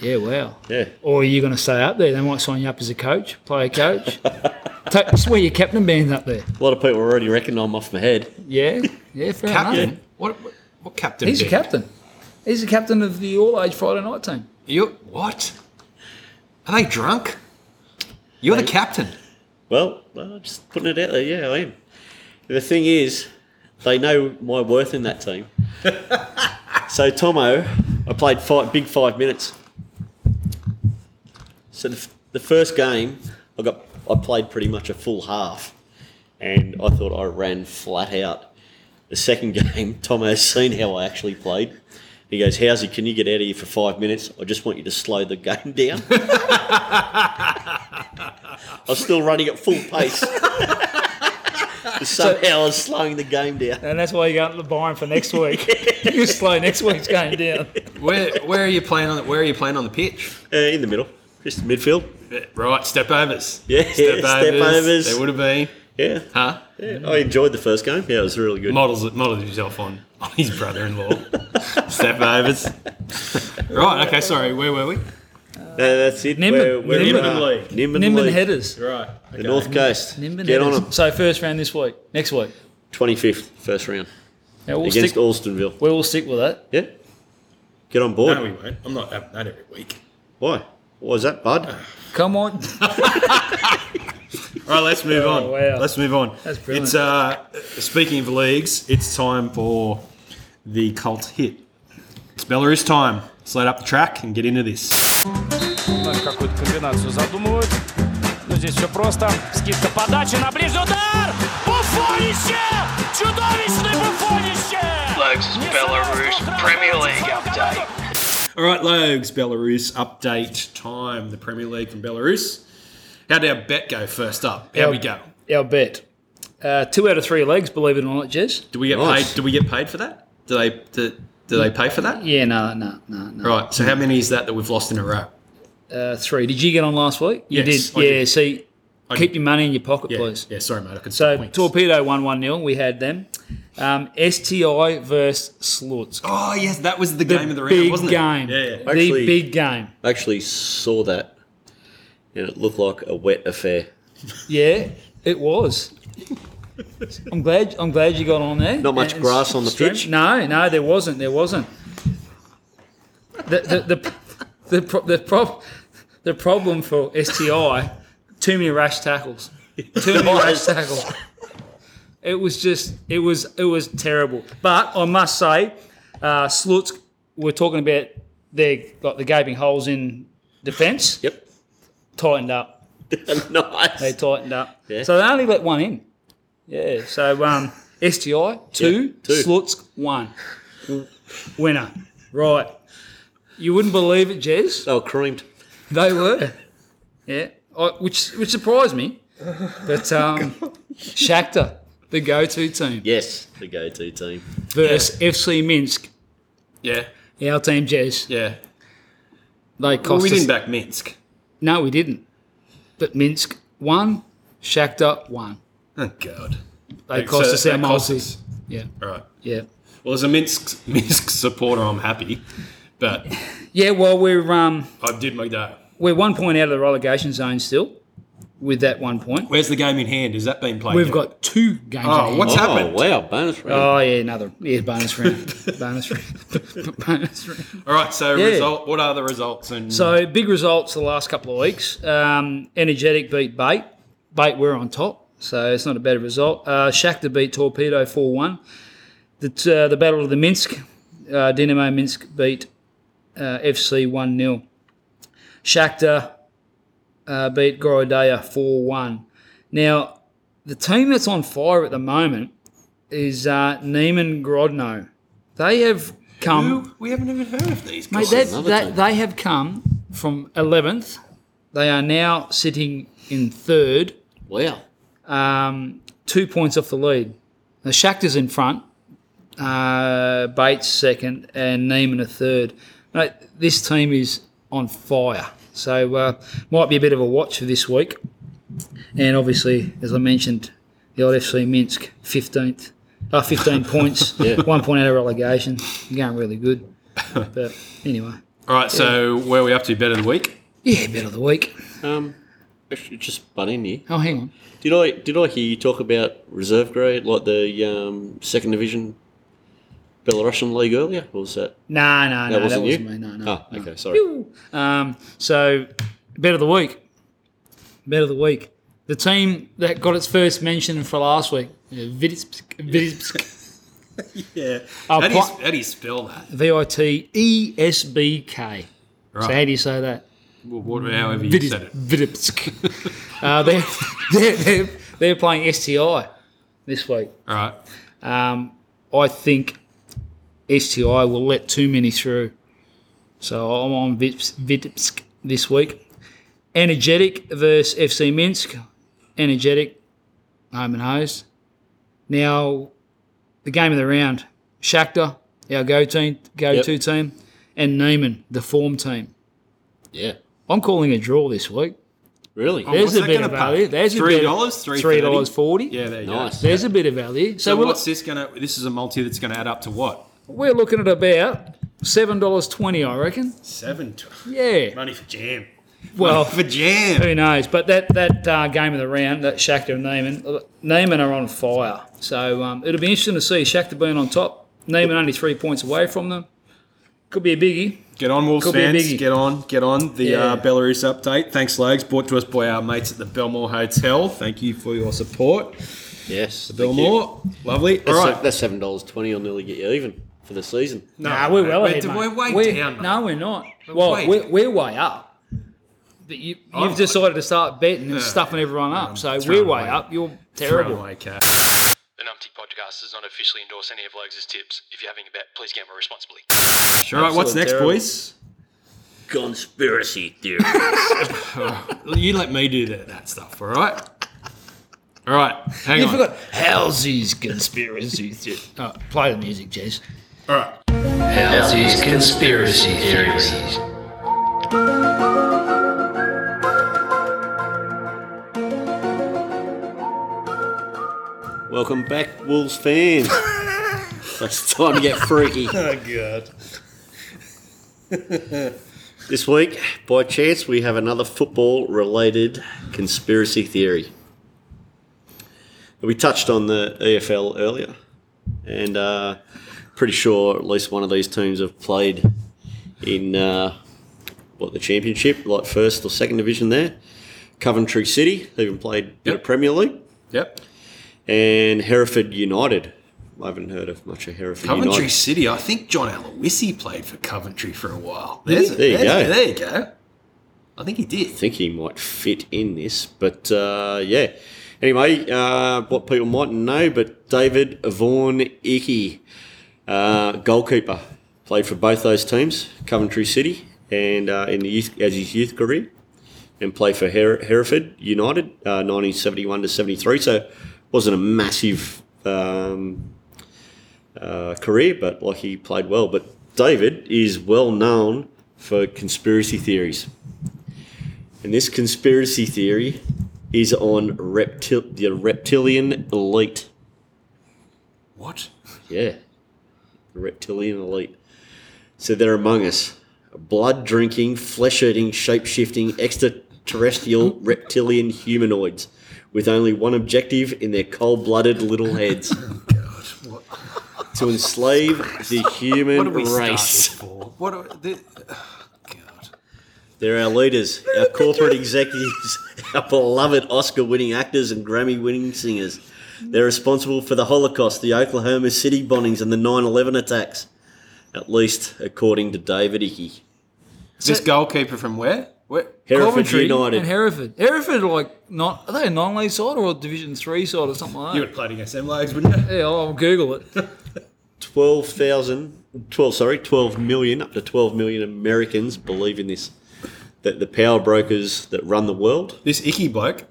Speaker 3: yeah, wow.
Speaker 4: Yeah.
Speaker 3: Or are you going to stay up there? They might sign you up as a coach, player coach. Ta- Just wear your captain band up there.
Speaker 4: A lot of people already reckon I'm off my head.
Speaker 3: Yeah, yeah, fair
Speaker 2: Captain?
Speaker 3: enough.
Speaker 2: What, what, what captain?
Speaker 3: He's the
Speaker 2: bit?
Speaker 3: captain. He's the captain of the All Age Friday Night team.
Speaker 2: You're, what? Are they drunk? You're the captain.
Speaker 4: Well, well, I'm just putting it out there. Yeah, I am. The thing is, they know my worth in that team. so Tomo, I played five, big five minutes. So the, f- the first game, I got I played pretty much a full half, and I thought I ran flat out. The second game, Tomo's seen how I actually played. He goes, "How's it? Can you get out of here for five minutes? I just want you to slow the game down." I was still running at full pace. Somehow I was slowing the game down.
Speaker 3: And that's why you got to buy him for next week. you slow next week's game down.
Speaker 2: Where where are you playing on? Where are you playing on the pitch?
Speaker 4: Uh, in the middle, just midfield.
Speaker 2: Right, step overs.
Speaker 4: Yeah,
Speaker 2: step overs.
Speaker 4: stepovers.
Speaker 2: There would have been,
Speaker 4: Yeah.
Speaker 2: huh?
Speaker 4: yeah, I enjoyed the first game. Yeah, it was really good.
Speaker 2: Models models himself on on his brother-in-law. step overs. Right. Okay. Sorry. Where were we?
Speaker 4: Uh, that's it.
Speaker 3: Nimbin.
Speaker 4: We're- we're in,
Speaker 3: Nimbin
Speaker 4: uh,
Speaker 2: League.
Speaker 4: Nimbin
Speaker 3: Nimbin
Speaker 4: League,
Speaker 3: headers.
Speaker 2: Right.
Speaker 4: The North Coast.
Speaker 3: Nimbin
Speaker 4: Get on
Speaker 3: headers.
Speaker 4: them.
Speaker 3: So first round this week. Next week.
Speaker 4: 25th, first round.
Speaker 3: Now we'll
Speaker 4: against
Speaker 3: stick,
Speaker 4: Alstonville.
Speaker 3: we will stick with that.
Speaker 4: Yeah. Get on board.
Speaker 2: No, we won't. I'm not having that every week.
Speaker 4: Why? What was that, bud?
Speaker 3: Come on.
Speaker 2: All right, let's move on.
Speaker 3: Oh, wow.
Speaker 2: Let's move on.
Speaker 3: That's brilliant.
Speaker 2: It's uh, speaking of leagues, it's time for the cult hit. It's Belarus time. Let's load up the track and get into this.
Speaker 6: вновь какую-то комбинацию задумывают. Но здесь все просто. Скидка подачи на ближний удар! Буфонище! Чудовищное буфонище!
Speaker 1: Lugs Belarus Premier League update.
Speaker 2: All right, Logs, Belarus update time. The Premier League from Belarus. How'd our bet go first up? How
Speaker 3: Our-
Speaker 2: we go?
Speaker 3: Our bet. Uh, two out of three legs, believe it or not, Jess.
Speaker 2: Do we get
Speaker 4: Nice.
Speaker 2: paid? Do we get paid for that? Do they do, do they pay for that?
Speaker 3: Yeah, no, no, no, no.
Speaker 2: Right. So how many is that that we've lost in a row?
Speaker 3: Uh, three. Did you get on last week? You
Speaker 2: Yes,
Speaker 3: did.
Speaker 2: I
Speaker 3: yeah,
Speaker 2: did.
Speaker 3: see,
Speaker 2: I
Speaker 3: keep
Speaker 2: did.
Speaker 3: your money in your pocket,
Speaker 2: Yeah.
Speaker 3: please.
Speaker 2: Yeah. Sorry, mate. I could
Speaker 3: So,
Speaker 2: stop winks.
Speaker 3: Torpedo 1 1 0, we had them. Um, STI versus Slutsk.
Speaker 2: Oh yes, that was the game of the round,
Speaker 3: big
Speaker 2: wasn't it?
Speaker 3: game.
Speaker 2: Yeah. yeah.
Speaker 4: Actually-
Speaker 3: the big game.
Speaker 4: I actually saw that and it looked like a wet affair.
Speaker 3: Yeah, it was. I'm glad. I'm glad you got on there.
Speaker 4: Not much
Speaker 3: And
Speaker 4: grass on the
Speaker 3: stream-
Speaker 4: pitch?
Speaker 3: No, no, there wasn't. There wasn't. The the the the, pro- the, prob- the problem for STI too many rash tackles. Too many rash tackles. It was just. It was. It was terrible. But I must say, uh, Slutsk. We're talking about their like the gaping holes in defence.
Speaker 4: Yep.
Speaker 3: Tightened up. They
Speaker 4: nice.
Speaker 3: tightened up.
Speaker 4: Yeah.
Speaker 3: So they only let one in. Yeah. So um, STI two,
Speaker 4: two.
Speaker 3: Slutsk one, winner. Right. You wouldn't believe it, Jez.
Speaker 4: They were Oh, creamed.
Speaker 3: They were. Yeah. I, which which surprised me, but um, Shakhtar, the go-to team,
Speaker 4: Yes, the go to team.
Speaker 3: versus FC Minsk.
Speaker 2: Yeah.
Speaker 3: Our team, Jez.
Speaker 2: Yeah.
Speaker 3: They cost
Speaker 2: Well, we
Speaker 3: us.
Speaker 2: didn't back Minsk.
Speaker 3: No, we didn't. But Minsk won. Shakhtar won.
Speaker 2: Oh God.
Speaker 3: They cost
Speaker 2: So
Speaker 3: us our
Speaker 2: that cost
Speaker 3: multi.
Speaker 2: us.
Speaker 3: Yeah.
Speaker 2: All right.
Speaker 3: Yeah.
Speaker 2: Well, as a Minsk Minsk supporter, I'm happy, but
Speaker 3: Yeah. Well, we're um.
Speaker 2: I did my day.
Speaker 3: We're one point out of the relegation zone still, with that one point.
Speaker 2: Where's the game in hand? Has that been played?
Speaker 3: We've
Speaker 2: yet?
Speaker 3: got two games.
Speaker 2: Oh,
Speaker 3: in hand.
Speaker 2: what's
Speaker 4: oh,
Speaker 2: happened?
Speaker 4: wow. Bonus round.
Speaker 3: Oh yeah, another yeah bonus round, bonus round, bonus round.
Speaker 2: All right. So
Speaker 3: Yeah.
Speaker 2: result. What are the results? And
Speaker 3: Mm. So big results the last couple of weeks. Um, Energetic beat Bait. Bait were on top, so it's not a bad result. Uh, Shakhtar beat Torpedo four one. The t- uh, the battle of the Minsk, uh, Dinamo Minsk beat uh, FC one 0 Shakhtar uh, beat Gorodaya four one. Now the team that's on fire at the moment is uh, Neiman Grodno. They have come.
Speaker 2: Who- we haven't even heard of these.
Speaker 3: Mate,
Speaker 2: guys.
Speaker 3: that,
Speaker 4: another
Speaker 3: that,
Speaker 4: team.
Speaker 3: they have come from 11th. They are now sitting in third,
Speaker 4: Wow.
Speaker 3: um, two points off the lead. The Shakhtar's in front, uh, Bates second, and Neiman a third. Mate, this team is on fire. So uh, might be a bit of a watch for this week. And obviously, as I mentioned, the old FC Minsk, 15th, uh, 15 points, one point out of relegation. Going really good. But anyway,
Speaker 2: All right, so where are we up to? Bet of the week.
Speaker 3: yeah, bet of the week.
Speaker 4: Um, actually, just butt in here.
Speaker 3: Oh, hang on.
Speaker 4: Did I did I hear you talk about reserve grade, like the um, second division Belarusian league earlier? Or was that
Speaker 3: No, no, no, that
Speaker 4: wasn't you?
Speaker 3: wasn't me. No, no.
Speaker 4: Ah,
Speaker 3: no.
Speaker 4: okay, sorry.
Speaker 2: Oh.
Speaker 3: Um, so, bet of the week. Bet of the week. The team that got its first mention for last week, uh, Vitebsk. Vitebsk. yeah.
Speaker 2: How do you, how do you spell that?
Speaker 3: uh, V I T E S B K. So
Speaker 2: Right.
Speaker 3: how do you say that?
Speaker 2: Well, what- however you said it.
Speaker 3: Vitebsk. uh, they're, they're, they're, they're playing STI this week.
Speaker 2: All right.
Speaker 3: Um, I think STI will let too many through. So I'm on Vits- Vitebsk this week. Energetic versus FC Minsk. Energetic, home and hosed. Now, the game of the round Shakhtar, our go team, go to
Speaker 4: Yep.
Speaker 3: team, and Neiman, the form team.
Speaker 4: Yeah.
Speaker 3: I'm calling a draw this week.
Speaker 4: Really?
Speaker 3: There's
Speaker 2: Oh, What's
Speaker 3: a
Speaker 2: that
Speaker 3: bit
Speaker 2: gonna
Speaker 3: of value.
Speaker 2: pay?
Speaker 3: There's a
Speaker 2: Three
Speaker 3: bit of-
Speaker 2: dollars, three
Speaker 3: three dollars
Speaker 2: thirty.
Speaker 3: forty.
Speaker 2: Yeah, there you
Speaker 4: Nice.
Speaker 2: go.
Speaker 3: There's a bit of value. So,
Speaker 2: So
Speaker 3: we're,
Speaker 2: what's this gonna? This is a multi that's gonna add up to what?
Speaker 3: we're looking at about seven dollars twenty, I reckon.
Speaker 2: Seven.
Speaker 3: Yeah.
Speaker 2: Money for jam.
Speaker 3: Well,
Speaker 2: for jam.
Speaker 3: who knows? But that that uh, game of the round, that Shakhtar and Neiman, Neiman are on fire. So um, it'll be interesting to see Shakhtar being on top. Neiman only three points away from them. Could be a biggie.
Speaker 2: Get on, Wolves
Speaker 3: Could be a
Speaker 2: fans.
Speaker 3: biggie.
Speaker 2: Get on, get on. The
Speaker 3: Yeah.
Speaker 2: uh, Belarus update. Thanks, Lags. Brought to us by our mates at the Belmore Hotel. Thank you for your support,
Speaker 4: Yes. thank you.
Speaker 2: Belmore. Lovely.
Speaker 4: That's,
Speaker 2: All right.
Speaker 4: that's seven dollars twenty. I'll nearly get you even for the season.
Speaker 2: No,
Speaker 3: Nah, we're well
Speaker 2: we're,
Speaker 3: ahead. mate.
Speaker 2: We're way
Speaker 3: We're-
Speaker 2: down. mate.
Speaker 3: No, we're not. Well,
Speaker 2: way
Speaker 3: we're,
Speaker 2: down.
Speaker 3: we're way up. But you,
Speaker 2: I'm
Speaker 3: you've decided to start betting and
Speaker 2: Yeah.
Speaker 3: stuffing everyone up. So we're
Speaker 2: throwing
Speaker 3: way
Speaker 2: away-
Speaker 3: up. You're
Speaker 2: Throwing
Speaker 3: terrible.
Speaker 2: away cash.
Speaker 7: The Numpty podcast does not officially endorse any of Legs' tips. If you're having a bet, please gamble responsibly.
Speaker 2: All right. What's next,
Speaker 4: terrible.
Speaker 2: boys?
Speaker 4: Conspiracy theory.
Speaker 2: You let me do that, that stuff. All right. All right. Hang
Speaker 3: You
Speaker 2: on.
Speaker 3: forgot Halsey's conspiracy theory. Oh, play the music, Jez.
Speaker 2: All right.
Speaker 1: Halsey's conspiracy theories.
Speaker 4: Welcome back, Wolves fans. it's time to get freaky.
Speaker 2: Oh god.
Speaker 4: This week, by chance, we have another football related conspiracy theory. We touched on the EFL earlier, and uh, pretty sure at least one of these teams have played in uh, what the championship, like first or second division there. Coventry City, they even played a bit of
Speaker 2: Yep.
Speaker 4: Premier League,
Speaker 2: Yep.
Speaker 4: and Hereford United. I haven't heard of much of Hereford
Speaker 2: Coventry
Speaker 4: United.
Speaker 2: City. I think John Aloisi played for Coventry for a while. There's
Speaker 4: There you
Speaker 2: there's-
Speaker 4: go.
Speaker 2: There you go. I think he did.
Speaker 4: think he might fit in this, but uh, yeah. Anyway, uh, what people mightn't know, but David Vaughan Icky, uh, goalkeeper, played for both those teams, Coventry City, and uh, in the youth as his youth career, and played for Her- Hereford United, uh, 1971 to 73. So, wasn't a massive um, uh, career, but like he played well. But David is well known for conspiracy theories. And this conspiracy theory is on reptil- the reptilian elite.
Speaker 2: What?
Speaker 4: Yeah. The reptilian elite. So they're among us. Blood drinking, flesh eating, shape shifting, extraterrestrial reptilian humanoids with only one objective in their cold blooded little heads
Speaker 2: What,
Speaker 4: to enslave the
Speaker 2: what are
Speaker 4: human
Speaker 2: we starting
Speaker 4: race.
Speaker 2: for? What are the, oh, God.
Speaker 4: They're our leaders, our corporate executives, our beloved Oscar winning actors and Grammy winning singers. They're responsible for the Holocaust, the Oklahoma City bombings, and the 9 11 attacks, at least according to David Icky.
Speaker 2: This goalkeeper from where? Where?
Speaker 4: Hereford
Speaker 3: Coventry and
Speaker 4: United.
Speaker 3: Hereford. Hereford, are like not are they a non-league side or a Division Three side or something like
Speaker 2: You
Speaker 3: that?
Speaker 2: would have played against them legs, wouldn't you?
Speaker 3: Yeah, I'll Google it.
Speaker 4: 12,000, 12, sorry, 12 million, up to 12 million Americans believe in this. That the power brokers that run the world
Speaker 2: This icky bloke.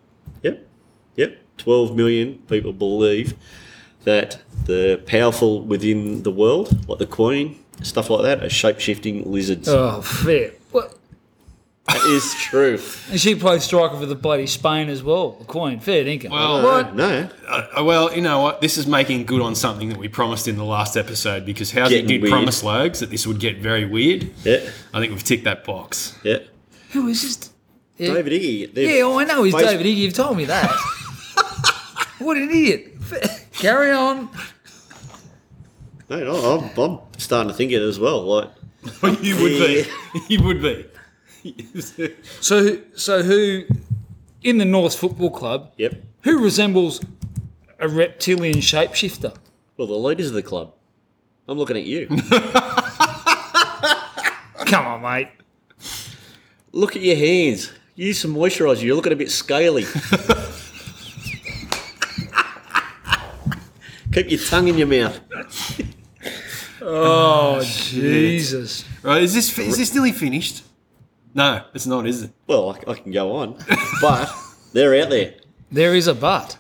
Speaker 4: Yep. Yep. 12 million people believe that the powerful within the world, like the Queen, stuff like that, are shape shifting lizards.
Speaker 3: oh, fair. What?
Speaker 4: That is true.
Speaker 3: And she played striker for the bloody Spain as well. The Queen, fair income.
Speaker 2: Well,
Speaker 3: what?
Speaker 4: No.
Speaker 2: Oh, Uh, well, you know what? This is making good on something that we promised in the last episode because Housey
Speaker 4: Getting
Speaker 2: did
Speaker 4: weird.
Speaker 2: promise Logs that this would get very weird.
Speaker 4: Yeah.
Speaker 2: I think we've ticked that box.
Speaker 4: Yeah.
Speaker 3: Who is this? Yeah.
Speaker 4: David Iggy. they've-
Speaker 3: Yeah, well, I know he's
Speaker 4: Face-
Speaker 3: David Iggy. You've told me that. what an idiot. Carry on.
Speaker 4: No, no, I'm, I'm starting to think it as well. Like,
Speaker 2: you would be. You would be.
Speaker 3: So, so who in the North Football Club
Speaker 4: yep.
Speaker 3: who resembles a reptilian shapeshifter?
Speaker 4: Well, the leaders of the club. I'm looking at you.
Speaker 3: Come on, mate.
Speaker 4: Look at your hands. Use some moisturiser. You're looking a bit scaly. Keep your tongue in your mouth.
Speaker 3: Oh, Jesus.
Speaker 2: Right? Uh, Is this is this nearly finished? No, it's not, is it?
Speaker 4: Well, I, I can go on, but they're out there.
Speaker 3: There is a but.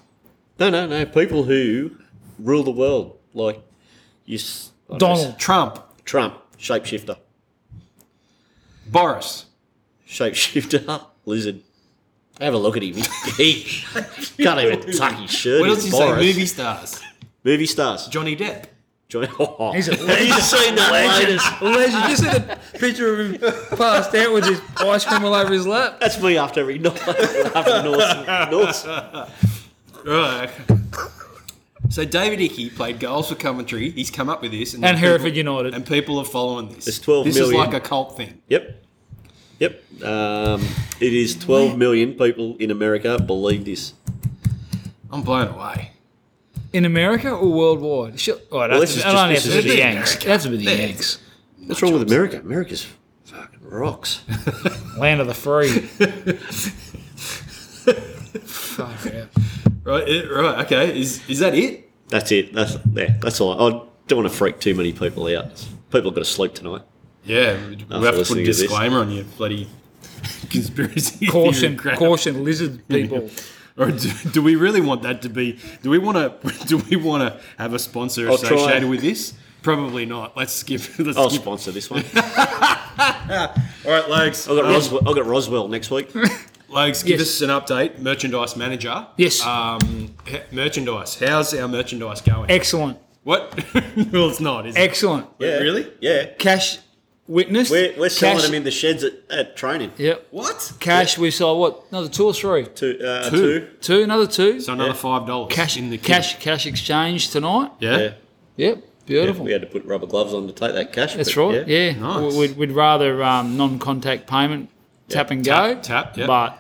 Speaker 4: No, no, no. People who rule the world, like you, s- I don't know,
Speaker 3: Donald.
Speaker 2: Trump,
Speaker 4: Trump, shapeshifter,
Speaker 2: Boris.
Speaker 4: shapeshifter, lizard. Have a look at him. He can't even tuck his shirt.
Speaker 2: What
Speaker 4: in,
Speaker 2: else did you
Speaker 4: Boris.
Speaker 2: say? Movie stars.
Speaker 4: Movie stars.
Speaker 2: Johnny Depp.
Speaker 4: Johnny.
Speaker 3: He's a
Speaker 4: He's seen the latest.
Speaker 3: Legend. You see the picture of him passed out with his ice cream all over his lap?
Speaker 4: That's me after every night. after North, North
Speaker 2: Right. So David Icky played goals for Coventry. He's come up with this,
Speaker 3: And
Speaker 2: people-
Speaker 3: Hereford United.
Speaker 2: and people are following this.
Speaker 4: It's 12
Speaker 2: This
Speaker 4: million.
Speaker 2: is like a cult thing.
Speaker 4: Yep. Yep. Um, it is 12 million people in America believe this.
Speaker 2: I'm blown away.
Speaker 3: In America or worldwide? Sure. Oh, that's
Speaker 4: this is
Speaker 3: that only
Speaker 4: just-
Speaker 3: has
Speaker 4: this
Speaker 3: to
Speaker 4: is
Speaker 3: be
Speaker 4: just-
Speaker 3: the Yanks. That's with the Yanks.
Speaker 4: What's wrong with America? America's fucking rocks.
Speaker 3: Land of the free. Fuck yeah.
Speaker 2: Right, eh, right, okay. Is is that it?
Speaker 4: That's it. That's yeah, That's all. I don't want to freak too many people out. People have got to sleep tonight.
Speaker 2: Yeah,
Speaker 4: After
Speaker 2: we have to put
Speaker 4: listening
Speaker 2: a
Speaker 4: to this.
Speaker 2: disclaimer on you, bloody conspiracy. theory
Speaker 3: Caution,
Speaker 2: crap.
Speaker 3: caution, lizard people.
Speaker 2: Or do, do we really want that to be? Do we want to? Do we want to have a sponsor
Speaker 4: I'll try.
Speaker 2: associated with this? Probably not. Let's skip. Let's
Speaker 4: I'll
Speaker 2: skip.
Speaker 4: sponsor this one.
Speaker 2: All right, Legs.
Speaker 4: I've got, Roswell, I've got Roswell next week.
Speaker 2: Legs, give us
Speaker 3: Yes.
Speaker 2: an update. Merchandise manager.
Speaker 3: Yes.
Speaker 2: Um, he- merchandise. How's our merchandise going?
Speaker 3: Excellent,
Speaker 2: what? well, it's not. Is it?
Speaker 3: excellent.
Speaker 4: Yeah.
Speaker 2: Really?
Speaker 4: Yeah.
Speaker 3: Cash witnessed.
Speaker 4: We're, we're selling
Speaker 3: Cash-
Speaker 4: them in the sheds at, at training.
Speaker 3: Yep.
Speaker 2: What?
Speaker 3: Cash, we saw what? Another two or three?
Speaker 4: Two, uh,
Speaker 2: Two.
Speaker 4: two.
Speaker 3: Two, another two.
Speaker 2: So another five dollars.
Speaker 3: cash
Speaker 2: in the kit.
Speaker 3: cash cash exchange tonight.
Speaker 2: Yeah.
Speaker 4: Yeah.
Speaker 3: Yep,
Speaker 4: Yeah,
Speaker 3: beautiful.
Speaker 4: we had to put rubber gloves on to take that cash.
Speaker 3: That's
Speaker 4: but
Speaker 3: right. Yeah,
Speaker 2: Nice.
Speaker 3: we'd, we'd rather um, non-contact payment, tap and go,
Speaker 2: Tap, tap, yep.
Speaker 3: but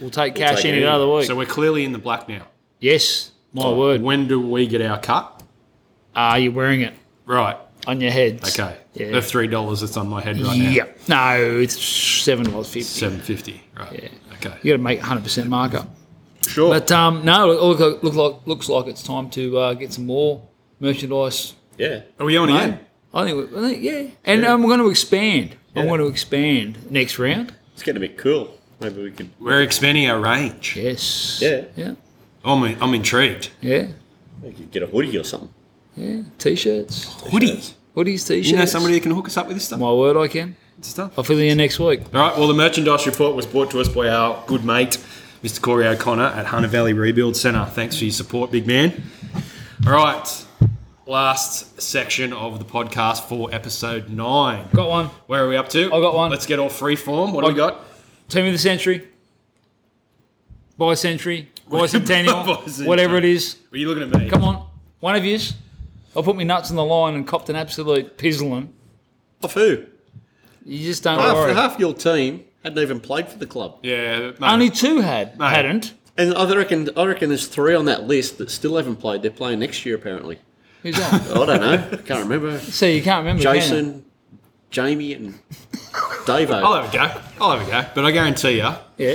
Speaker 3: we'll take cash
Speaker 4: take
Speaker 3: any
Speaker 4: it.
Speaker 3: other week.
Speaker 2: So Oh. we're clearly in the black now.
Speaker 3: yes, my word.
Speaker 2: When do we get our cut?
Speaker 3: Are you wearing it
Speaker 2: Right.
Speaker 3: on your head?
Speaker 2: Okay.
Speaker 3: Yeah.
Speaker 2: The three dollars that's on my head right now.
Speaker 3: Yep. No, it's seven dollars fifty.
Speaker 2: Seven fifty. Right. Okay.
Speaker 3: You got to make hundred percent markup.
Speaker 2: Sure.
Speaker 3: But um, no, it look, look, look like looks like it's time to uh, get some more merchandise.
Speaker 4: Yeah.
Speaker 2: Are we on again?
Speaker 3: I think, we, I think yeah, and I'm going to expand. I'm going to expand next round.
Speaker 4: It's going to be cool. Maybe we could.
Speaker 2: We're expanding our range.
Speaker 3: Yes.
Speaker 4: Yeah.
Speaker 3: Yeah.
Speaker 2: I'm, I'm intrigued.
Speaker 3: Yeah.
Speaker 4: we could get a hoodie or something.
Speaker 3: Yeah. T-shirts.
Speaker 2: Hoodie.
Speaker 3: Hoodies, t-shirts.
Speaker 2: You know somebody that can hook us up with this stuff?
Speaker 3: My word, I can.
Speaker 2: stuff.
Speaker 3: I'll fill you in next week.
Speaker 2: All right. Well, the merchandise report was brought to us by our good mate, Mr. Corey O'Connor at Hunter Valley Rebuild Centre. Thanks for your support, big man. All right. Last section of the podcast for episode nine.
Speaker 3: Got one.
Speaker 2: Where are we up to? I
Speaker 3: got one.
Speaker 2: Let's get all free form. What do we got?
Speaker 3: Team of the century. Bicentenary. Bicentennial.
Speaker 2: Bicentennial.
Speaker 3: Whatever it is.
Speaker 2: Are you looking at me?
Speaker 3: Come on. One of yous. I'll put my nuts on the line and copped an absolute pizzling.
Speaker 4: Half who?
Speaker 3: You just don't
Speaker 4: Half,
Speaker 3: worry.
Speaker 4: half your team hadn't even played for the club,
Speaker 2: Yeah. Mate.
Speaker 3: Only two had.
Speaker 2: Mate.
Speaker 3: Hadn't.
Speaker 4: and I reckon I reckon there's three on that list that still haven't played. They're playing next year apparently.
Speaker 3: Who's that?
Speaker 4: I don't know. I can't remember.
Speaker 3: so you can't remember. can you?
Speaker 4: Jason, Jamie, and
Speaker 2: I'll
Speaker 4: Davo.
Speaker 2: have a Oh, go. I'll have a go. But I guarantee you,
Speaker 3: Yeah.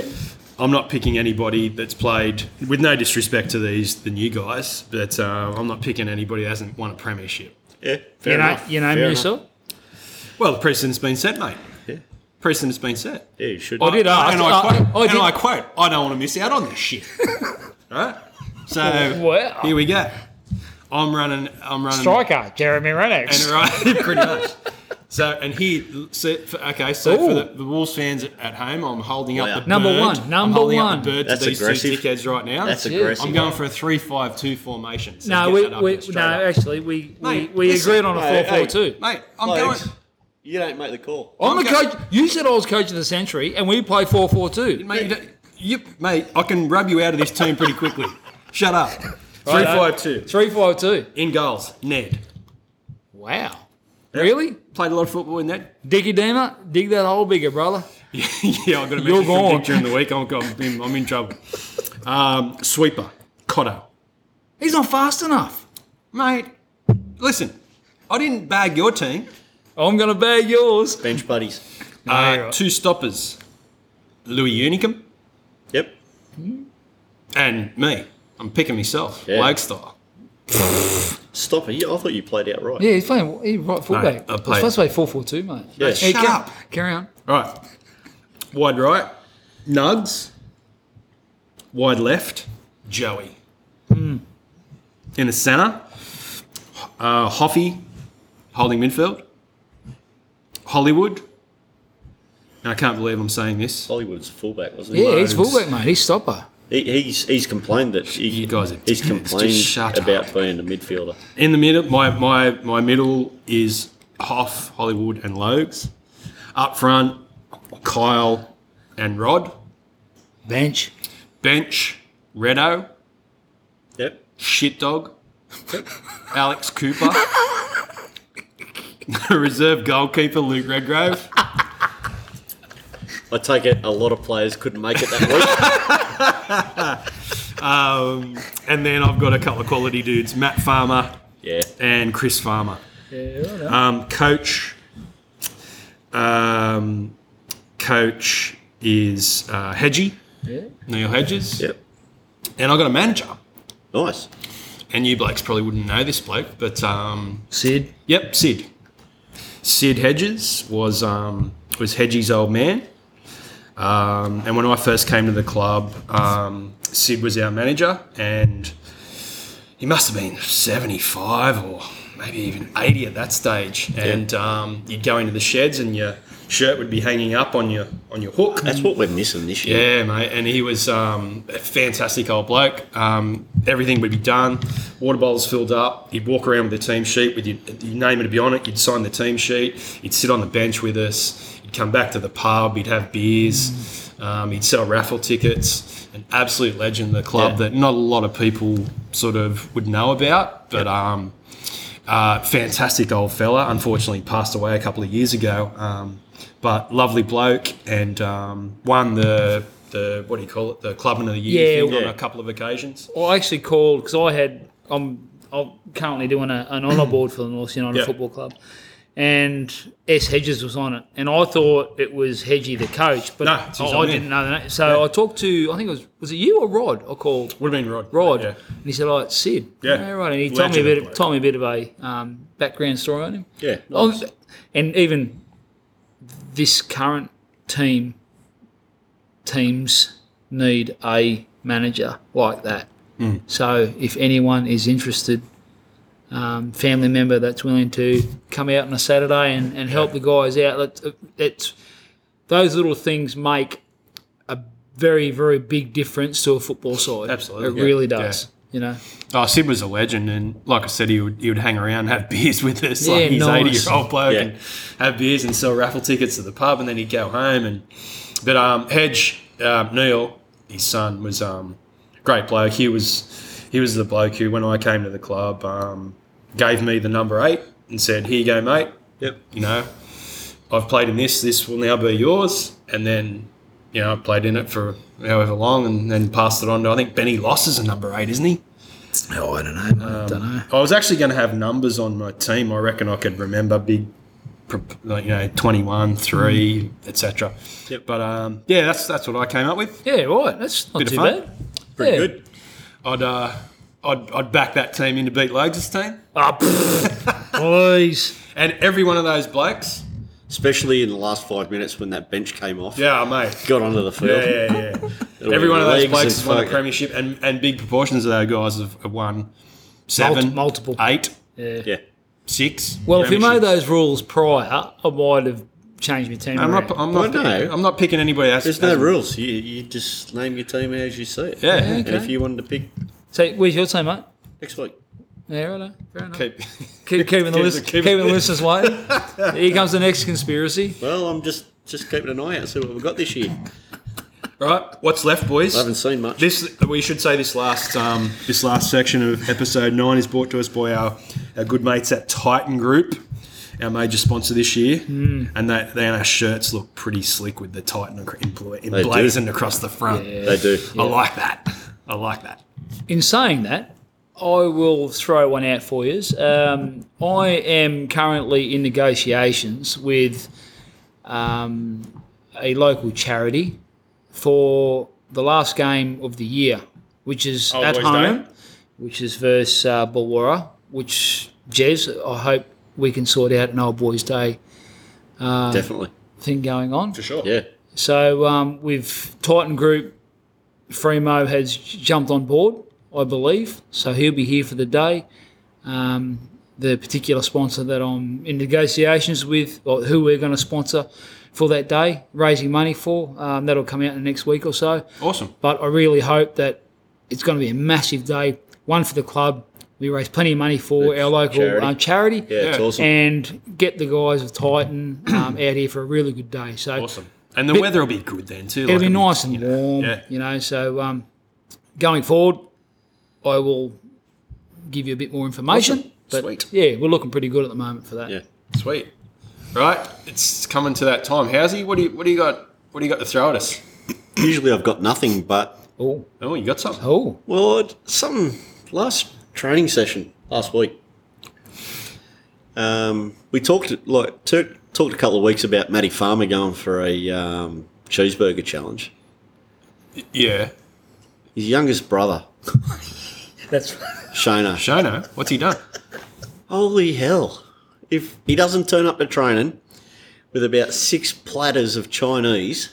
Speaker 2: I'm not picking anybody that's played, with no disrespect to these, the new guys, but uh, I'm not picking anybody that hasn't won a premiership.
Speaker 4: Yeah, fair
Speaker 3: You know,
Speaker 4: enough.
Speaker 3: you name
Speaker 4: Fair
Speaker 3: yourself.
Speaker 2: Well, the precedent's been set, mate.
Speaker 4: Yeah.
Speaker 2: Precedent's been set.
Speaker 4: enough. Yeah, you should.
Speaker 3: I did ask. uh, oh,
Speaker 2: and I,
Speaker 3: I-
Speaker 2: quote,
Speaker 3: I
Speaker 2: and
Speaker 3: did-
Speaker 2: I quote, I don't want to miss out on this shit. All right? So
Speaker 3: Wow.
Speaker 2: here we go. I'm running, I'm running.
Speaker 3: Striker, Jeremy Rennex.
Speaker 2: And right, pretty much. So and here, so, for, okay, so for
Speaker 3: Ooh.
Speaker 2: the, the Wolves fans at, at home, I'm holding
Speaker 4: Wow.
Speaker 2: up the
Speaker 3: Number
Speaker 2: bird.
Speaker 3: one,
Speaker 2: I'm
Speaker 3: number
Speaker 2: holding
Speaker 3: one.
Speaker 2: up the bird
Speaker 4: That's
Speaker 2: to these
Speaker 4: aggressive.
Speaker 2: two dickheads right now.
Speaker 4: That's
Speaker 3: Yeah.
Speaker 4: aggressive.
Speaker 2: I'm going for a three-five-two formation. So
Speaker 3: No,
Speaker 2: get
Speaker 3: we,
Speaker 2: that up
Speaker 3: we
Speaker 2: there straight
Speaker 3: no.
Speaker 2: up.
Speaker 3: Actually, we we,
Speaker 2: Mate,
Speaker 3: we
Speaker 2: listen,
Speaker 3: agreed on a
Speaker 4: hey,
Speaker 3: four four
Speaker 4: hey.
Speaker 3: two.
Speaker 2: mate. I'm
Speaker 4: Blokes,
Speaker 2: going.
Speaker 4: You don't make the call.
Speaker 3: I'm the
Speaker 2: I'm go-
Speaker 3: coach. You said I was coach of the century, and we play four four two.
Speaker 2: Mate, you don't- you, mate, I can rub you out of this team pretty quickly. Shut up. Three five two
Speaker 3: Three five two.
Speaker 2: in goals. Ned
Speaker 3: Wow. Really?
Speaker 2: played a lot of football in that.
Speaker 3: Dicky Deemer, dig that hole bigger, brother.
Speaker 2: yeah, I got a message
Speaker 3: You're
Speaker 2: from
Speaker 3: gone.
Speaker 2: Dick during the week. I'm, I'm, in, I'm in trouble. Um, sweeper Cotto,
Speaker 3: He's not fast enough.
Speaker 2: mate. Listen, I didn't bag your team.
Speaker 3: I'm gonna bag yours.
Speaker 4: Bench buddies.
Speaker 2: Uh,
Speaker 3: you're right.
Speaker 2: Two stoppers, Louis Unicum
Speaker 4: Yep.
Speaker 2: and me. I'm picking myself,
Speaker 4: Yeah.
Speaker 2: leg style.
Speaker 4: Stop it. I thought you played out right.
Speaker 3: Yeah, he's playing. He's right fullback.
Speaker 2: I
Speaker 3: He's
Speaker 2: played-
Speaker 3: supposed to play four four two, mate.
Speaker 4: Yeah.
Speaker 3: Hey,
Speaker 2: Shut
Speaker 3: ca-
Speaker 2: up.
Speaker 3: Carry on.
Speaker 2: Right. Wide right, Nugs. Wide left, Hmm. Joey. In the centre, uh, Hoffy holding midfield. Hollywood. And I can't believe I'm saying this.
Speaker 4: Hollywood's fullback, wasn't he?
Speaker 3: Yeah, he's
Speaker 2: Loads.
Speaker 3: fullback, mate. He's stopper.
Speaker 4: He, he's he's complained that he,
Speaker 2: You guys are
Speaker 4: he's
Speaker 2: dickheads. Just
Speaker 4: complained
Speaker 2: shut up.
Speaker 4: about being a midfielder.
Speaker 2: In the middle, my my my middle is Hoff, Hollywood, and Logs. Up front, Kyle and Rod.
Speaker 3: Bench.
Speaker 2: Bench, Renault.
Speaker 4: Yep.
Speaker 2: Shit dog. Alex Cooper. Reserve goalkeeper Luke Redgrave.
Speaker 4: I take it a lot of players couldn't make it that week.
Speaker 2: Um, and then I've got a couple of quality dudes Matt Farmer
Speaker 4: yeah.
Speaker 2: and Chris Farmer.
Speaker 3: Yeah, right on.
Speaker 2: Um, coach. Um, coach is uh, Hedgie,
Speaker 3: yeah.
Speaker 2: Neil Hedges.
Speaker 4: Yep.
Speaker 2: And I've got a manager.
Speaker 4: Nice.
Speaker 2: And you blokes probably wouldn't know this bloke, but um,
Speaker 3: Sid.
Speaker 2: Yep, Sid. Sid Hedges was um, was Hedges' old man, um, and when I first came to the club, um, Sid was our manager, and he must have been seventy five or maybe even eighty at that stage. And um, you'd go into the sheds, and your shirt would be hanging up on your on your hook.
Speaker 4: That's what we're missing this year.
Speaker 2: Yeah, mate, and he was um, a fantastic old bloke. Um, everything would be done, water bottles filled up. You'd walk around with the team sheet with your, your name would be on it. You'd sign the team sheet. You'd sit on the bench with us. You'd come back to the pub. You'd have beers. Um, he'd sell raffle tickets. An absolute legend of the club
Speaker 4: Yeah.
Speaker 2: that not a lot of people sort of would know about, but. Um, uh, fantastic old fella. Unfortunately, passed away a couple of years ago. Um, but lovely bloke and um, won the the what do you call it? The clubman of the year
Speaker 3: Yeah,
Speaker 2: thing on
Speaker 4: yeah.
Speaker 2: a couple of occasions.
Speaker 3: Well, I actually called because I had I'm I'm currently doing a, an honour board for the North United
Speaker 2: Yeah.
Speaker 3: Football Club, and S Hedges was on it, and I thought it was Hedgie the coach, but
Speaker 2: No, it's his
Speaker 3: I, I
Speaker 2: old man.
Speaker 3: didn't know the name. So I talked to I think it was was it you or Rod? I called
Speaker 2: Would have been Rod.
Speaker 3: Rod,
Speaker 2: Yeah.
Speaker 3: and he said, "Oh, it's Sid."
Speaker 2: Yeah.
Speaker 3: right. And he told me a
Speaker 2: Legend
Speaker 3: bit
Speaker 2: bloke.
Speaker 3: of, told me a bit of a um, background story on him.
Speaker 4: Yeah.
Speaker 3: Oh,
Speaker 4: nice.
Speaker 3: and even this current team teams need a manager like that.
Speaker 2: Mm.
Speaker 3: So if anyone is interested, um, family member that's willing to come out on a Saturday and, and help the guys out, that it's those little things make a very very big difference to a football side.
Speaker 2: Absolutely,
Speaker 3: it
Speaker 2: yeah.
Speaker 3: really
Speaker 2: Yeah.
Speaker 3: does. You know,
Speaker 2: Oh, Sid was a legend, and like I said, he would he would hang around, and have beers with us,
Speaker 3: Yeah,
Speaker 2: like he's
Speaker 3: nice.
Speaker 2: eighty year old bloke,
Speaker 4: Yeah.
Speaker 2: and have beers and sell raffle tickets to the pub, and then he'd go home. And but um, Hedge um, Neil, his son, was um, a great bloke. He was he was the bloke who, when I came to the club, um, gave me the number eight and said, "Here you go, mate.
Speaker 4: Yep.
Speaker 2: You know, I've played in this. This will now be yours." And then. You know, I played in it for however long, and then passed it on to I think Benny Loss is a number eight, isn't he?
Speaker 3: oh, I don't know, mate.
Speaker 2: Um,
Speaker 3: I don't know.
Speaker 2: I was actually going to have numbers on my team. I reckon I could remember big, pro- like, you know, twenty-one, three, etc.
Speaker 4: Yep.
Speaker 2: But um, yeah, that's that's what I came up with.
Speaker 3: Yeah, right. That's not
Speaker 2: Bit of
Speaker 3: too
Speaker 2: fun.
Speaker 3: bad.
Speaker 4: Pretty
Speaker 3: yeah.
Speaker 4: good.
Speaker 2: I'd uh, I'd, I'd back that team in to beat Logs' team,
Speaker 3: Ah, pfft. please.
Speaker 2: and every one of those blokes.
Speaker 4: Especially in the last five minutes when that bench came off.
Speaker 2: Yeah, mate.
Speaker 4: Got onto the field.
Speaker 2: Yeah, yeah, yeah. every one of those
Speaker 4: Legs and
Speaker 2: blokes has won a
Speaker 4: fuck-
Speaker 2: premiership, and, and big proportions of those guys have, have won seven,
Speaker 3: multiple.
Speaker 2: eight.
Speaker 4: Yeah.
Speaker 2: six.
Speaker 3: Well, if we
Speaker 2: Premiership.
Speaker 3: made those rules prior, I might have changed my team.
Speaker 2: I'm
Speaker 3: around.
Speaker 2: not. I'm
Speaker 4: Well,
Speaker 2: not.
Speaker 4: no.
Speaker 2: I'm not picking anybody else.
Speaker 4: There's no rules. You, you just name your team as you see it.
Speaker 2: Yeah.
Speaker 4: And if you wanted to pick
Speaker 3: so, where's your team, mate?
Speaker 4: next week,
Speaker 3: Yeah, right. Fair enough.
Speaker 2: Keep-
Speaker 3: Keep, keeping the
Speaker 2: keep-
Speaker 3: list,
Speaker 2: keep-
Speaker 3: keeping the listeners waiting. Here comes the next conspiracy.
Speaker 4: well, I'm just just keeping an eye out, see what we've got this year.
Speaker 2: Right. What's left, boys?
Speaker 4: I haven't seen much.
Speaker 2: This we should say this last um, this last section of episode nine is brought to us by our, our good mates at Titan Group, our major sponsor this year,
Speaker 3: Hmm.
Speaker 2: and they, they our shirts look pretty slick with the Titan ac- empl-
Speaker 4: do.
Speaker 2: emblazoned across the front.
Speaker 4: They do.
Speaker 2: I like that. I like that.
Speaker 3: In saying that, I will throw one out for you. Um, I am currently in negotiations with um, a local charity for the last game of the year, which is
Speaker 2: Old
Speaker 3: at
Speaker 2: Boys
Speaker 3: home,
Speaker 2: Day?
Speaker 3: which is versus uh, Bulwara, which, Jez, I hope we can sort out an Old Boys Day
Speaker 4: Definitely.
Speaker 3: thing going on.
Speaker 2: For sure.
Speaker 4: Yeah.
Speaker 3: So um, with Titan Group, Fremo has jumped on board, I believe. So he'll be here for the day. Um, the particular sponsor that I'm in negotiations with, or who we're going to sponsor for that day, raising money for, um, that'll come out in the next week or so.
Speaker 2: Awesome.
Speaker 3: But I really hope that it's going to be a massive day. One for the club. We raise plenty of money for our local
Speaker 4: charity.
Speaker 3: Uh, charity
Speaker 4: Yeah, it's
Speaker 2: Yeah.
Speaker 4: awesome.
Speaker 3: and get the guys of Titan um, out here for a really good day. So
Speaker 2: Awesome. And the weather will be good then too.
Speaker 3: It'll
Speaker 2: like
Speaker 3: be
Speaker 2: it'll
Speaker 3: nice and warm,
Speaker 2: yeah.
Speaker 3: you know. So um, going forward, I will give you a bit more information.
Speaker 2: Awesome.
Speaker 3: But
Speaker 2: Sweet.
Speaker 3: yeah, we're looking pretty good at the moment for that.
Speaker 4: Yeah.
Speaker 2: Sweet. Right. It's coming to that time. Howsy, what do you what do you got? What do you got to throw at us?
Speaker 4: Usually I've got nothing, but
Speaker 3: Oh,
Speaker 2: Oh, you got something.
Speaker 3: oh,
Speaker 4: well, I'd- some last training session last week. Um, we talked like tur- talked a couple of weeks about Matty Farmer going for a um, cheeseburger challenge.
Speaker 2: Yeah.
Speaker 4: His youngest brother,
Speaker 3: that's
Speaker 4: Shona,
Speaker 2: Shona, what's he done?
Speaker 4: Holy hell. If he doesn't turn up to training with about six platters of Chinese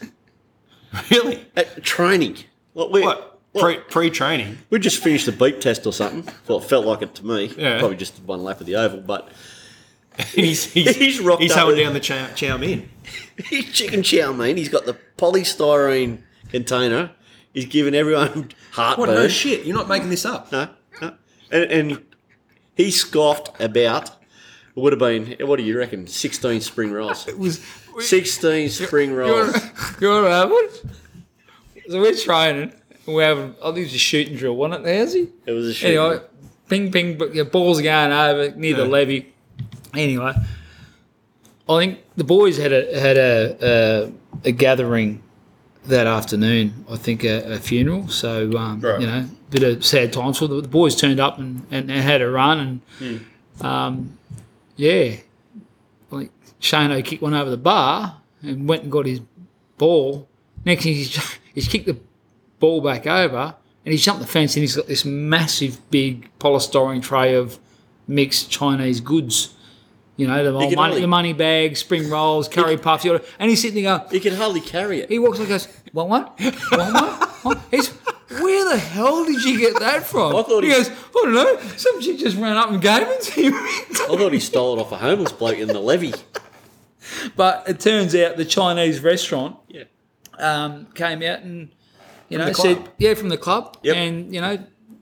Speaker 2: Really?
Speaker 4: at training, like we,
Speaker 2: What?
Speaker 4: like,
Speaker 2: Pre pre training.
Speaker 4: we just finished the beep test or something. Well, it felt like it to me.
Speaker 2: Yeah.
Speaker 4: Probably just did one lap of the oval, but
Speaker 2: He's he's,
Speaker 4: He's rocked
Speaker 2: he's
Speaker 4: up
Speaker 2: holding
Speaker 4: with-
Speaker 2: down the chow, chow mein.
Speaker 4: he's chicken chow mein. He's got the polystyrene container. He's giving everyone heartburn.
Speaker 2: What no shit? You're not making this up.
Speaker 4: No, no. And, and he scoffed about. It would have been, what do you reckon? 16 spring rolls.
Speaker 3: it was.
Speaker 4: 16 spring rolls.
Speaker 3: You're right. So we're training. and We're having. I think it was a shooting drill, wasn't it? How's he?
Speaker 4: It was a shame.
Speaker 3: Anyway, ping, ping, but your balls are going over near the
Speaker 2: Yeah.
Speaker 3: levy. Anyway, I think the boys had a had a a, a gathering that afternoon. I think a, a funeral. So um,
Speaker 2: Right.
Speaker 3: you know, bit of sad times. So the, the boys turned up and, and, and had a run and
Speaker 2: Hmm.
Speaker 3: um, yeah, like Shano kicked one over the bar and went and got his ball. Next thing he's, he's kicked the ball back over and he's jumped the fence and he's got this massive big polystyrene tray of mixed Chinese goods. You know, the, old
Speaker 4: can
Speaker 3: money,
Speaker 4: only-
Speaker 3: the money bags, spring rolls, curry puffs, you know, and he's sitting there going,
Speaker 4: He can hardly carry it.
Speaker 3: he walks and goes, one, one, one, one, one. He's, where the hell did you get that from?
Speaker 4: I thought
Speaker 3: he
Speaker 4: he-
Speaker 3: goes, I don't know, some chick just ran up and gave it to him.
Speaker 4: I thought he stole it off a homeless bloke in the levy.
Speaker 3: But it turns out the Chinese restaurant
Speaker 4: Yeah.
Speaker 3: um, came out and you know
Speaker 2: the
Speaker 3: said
Speaker 2: club?
Speaker 3: yeah from the club
Speaker 4: Yep.
Speaker 3: and you know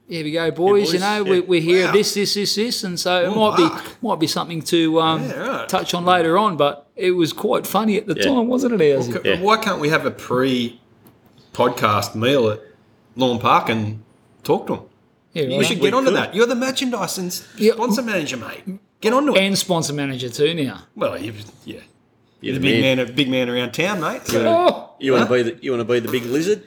Speaker 3: here we go boys, you
Speaker 4: boys,
Speaker 3: know
Speaker 4: yeah.
Speaker 3: we, we're here
Speaker 2: Wow.
Speaker 3: this this this this and so it
Speaker 2: Oh,
Speaker 3: might
Speaker 2: fuck.
Speaker 3: be might be something to um,
Speaker 2: Yeah, right.
Speaker 3: touch on later on but it was quite funny at the
Speaker 4: Yeah.
Speaker 3: time wasn't it Owsy?
Speaker 2: C-
Speaker 4: Yeah.
Speaker 2: Why can't we have a pre podcast meal at Lawn Park and talk to him?
Speaker 3: Yeah,
Speaker 2: You
Speaker 3: right.
Speaker 2: should get onto
Speaker 4: could.
Speaker 2: that. You're the merchandise and s-
Speaker 3: Yeah.
Speaker 2: sponsor manager, mate. Get onto it.
Speaker 3: and sponsor manager too now
Speaker 2: Well, you, yeah,
Speaker 4: You're
Speaker 2: the big man, a big man around town, mate. So.
Speaker 3: oh
Speaker 4: You want to be the you want to be the big lizard?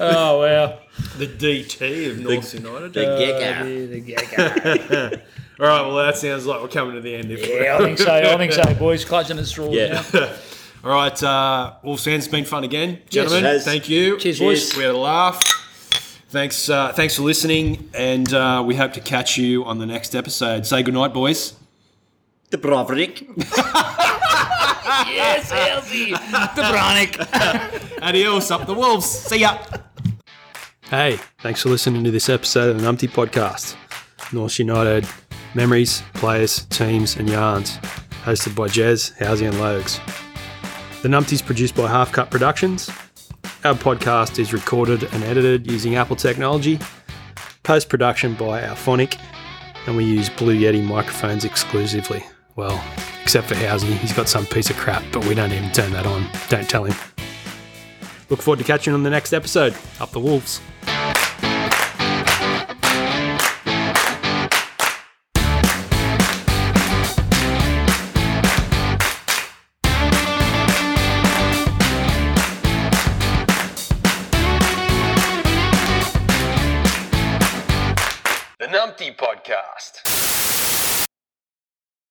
Speaker 3: oh wow
Speaker 2: The DT of North United.
Speaker 3: Uh,
Speaker 4: gecko.
Speaker 3: Dear the gecko.
Speaker 2: All right, well, that sounds like we're coming to the end. If
Speaker 3: yeah I think so I think so boys clutching at straws
Speaker 4: Yeah.
Speaker 3: now.
Speaker 2: All right, uh, Wolves fans, it's been fun again, gentlemen.
Speaker 4: it has.
Speaker 2: Thank you.
Speaker 3: Cheers,
Speaker 4: Cheers.
Speaker 3: boys.
Speaker 2: We had a laugh. Thanks, uh, thanks for listening, and uh, we hope to catch you on the next episode. Say goodnight, boys.
Speaker 4: The Brovnik.
Speaker 3: yes Elsie Dobronic
Speaker 2: Adios, up the wolves. See ya.
Speaker 8: Hey, thanks for listening to this episode of the Numpty Podcast.
Speaker 2: North United. Memories, players, teams, and yarns. Hosted by Jez, Housey, and Logs. The Numpty's produced by Half Cut Productions. Our podcast is recorded and edited using Apple technology. Post production by our Phonic, and we use Blue Yeti microphones exclusively. Well, except for Housey, he's got some piece of crap, but we don't even turn that on. Don't tell him. Look forward to catching you on the next episode. Up the Wolves.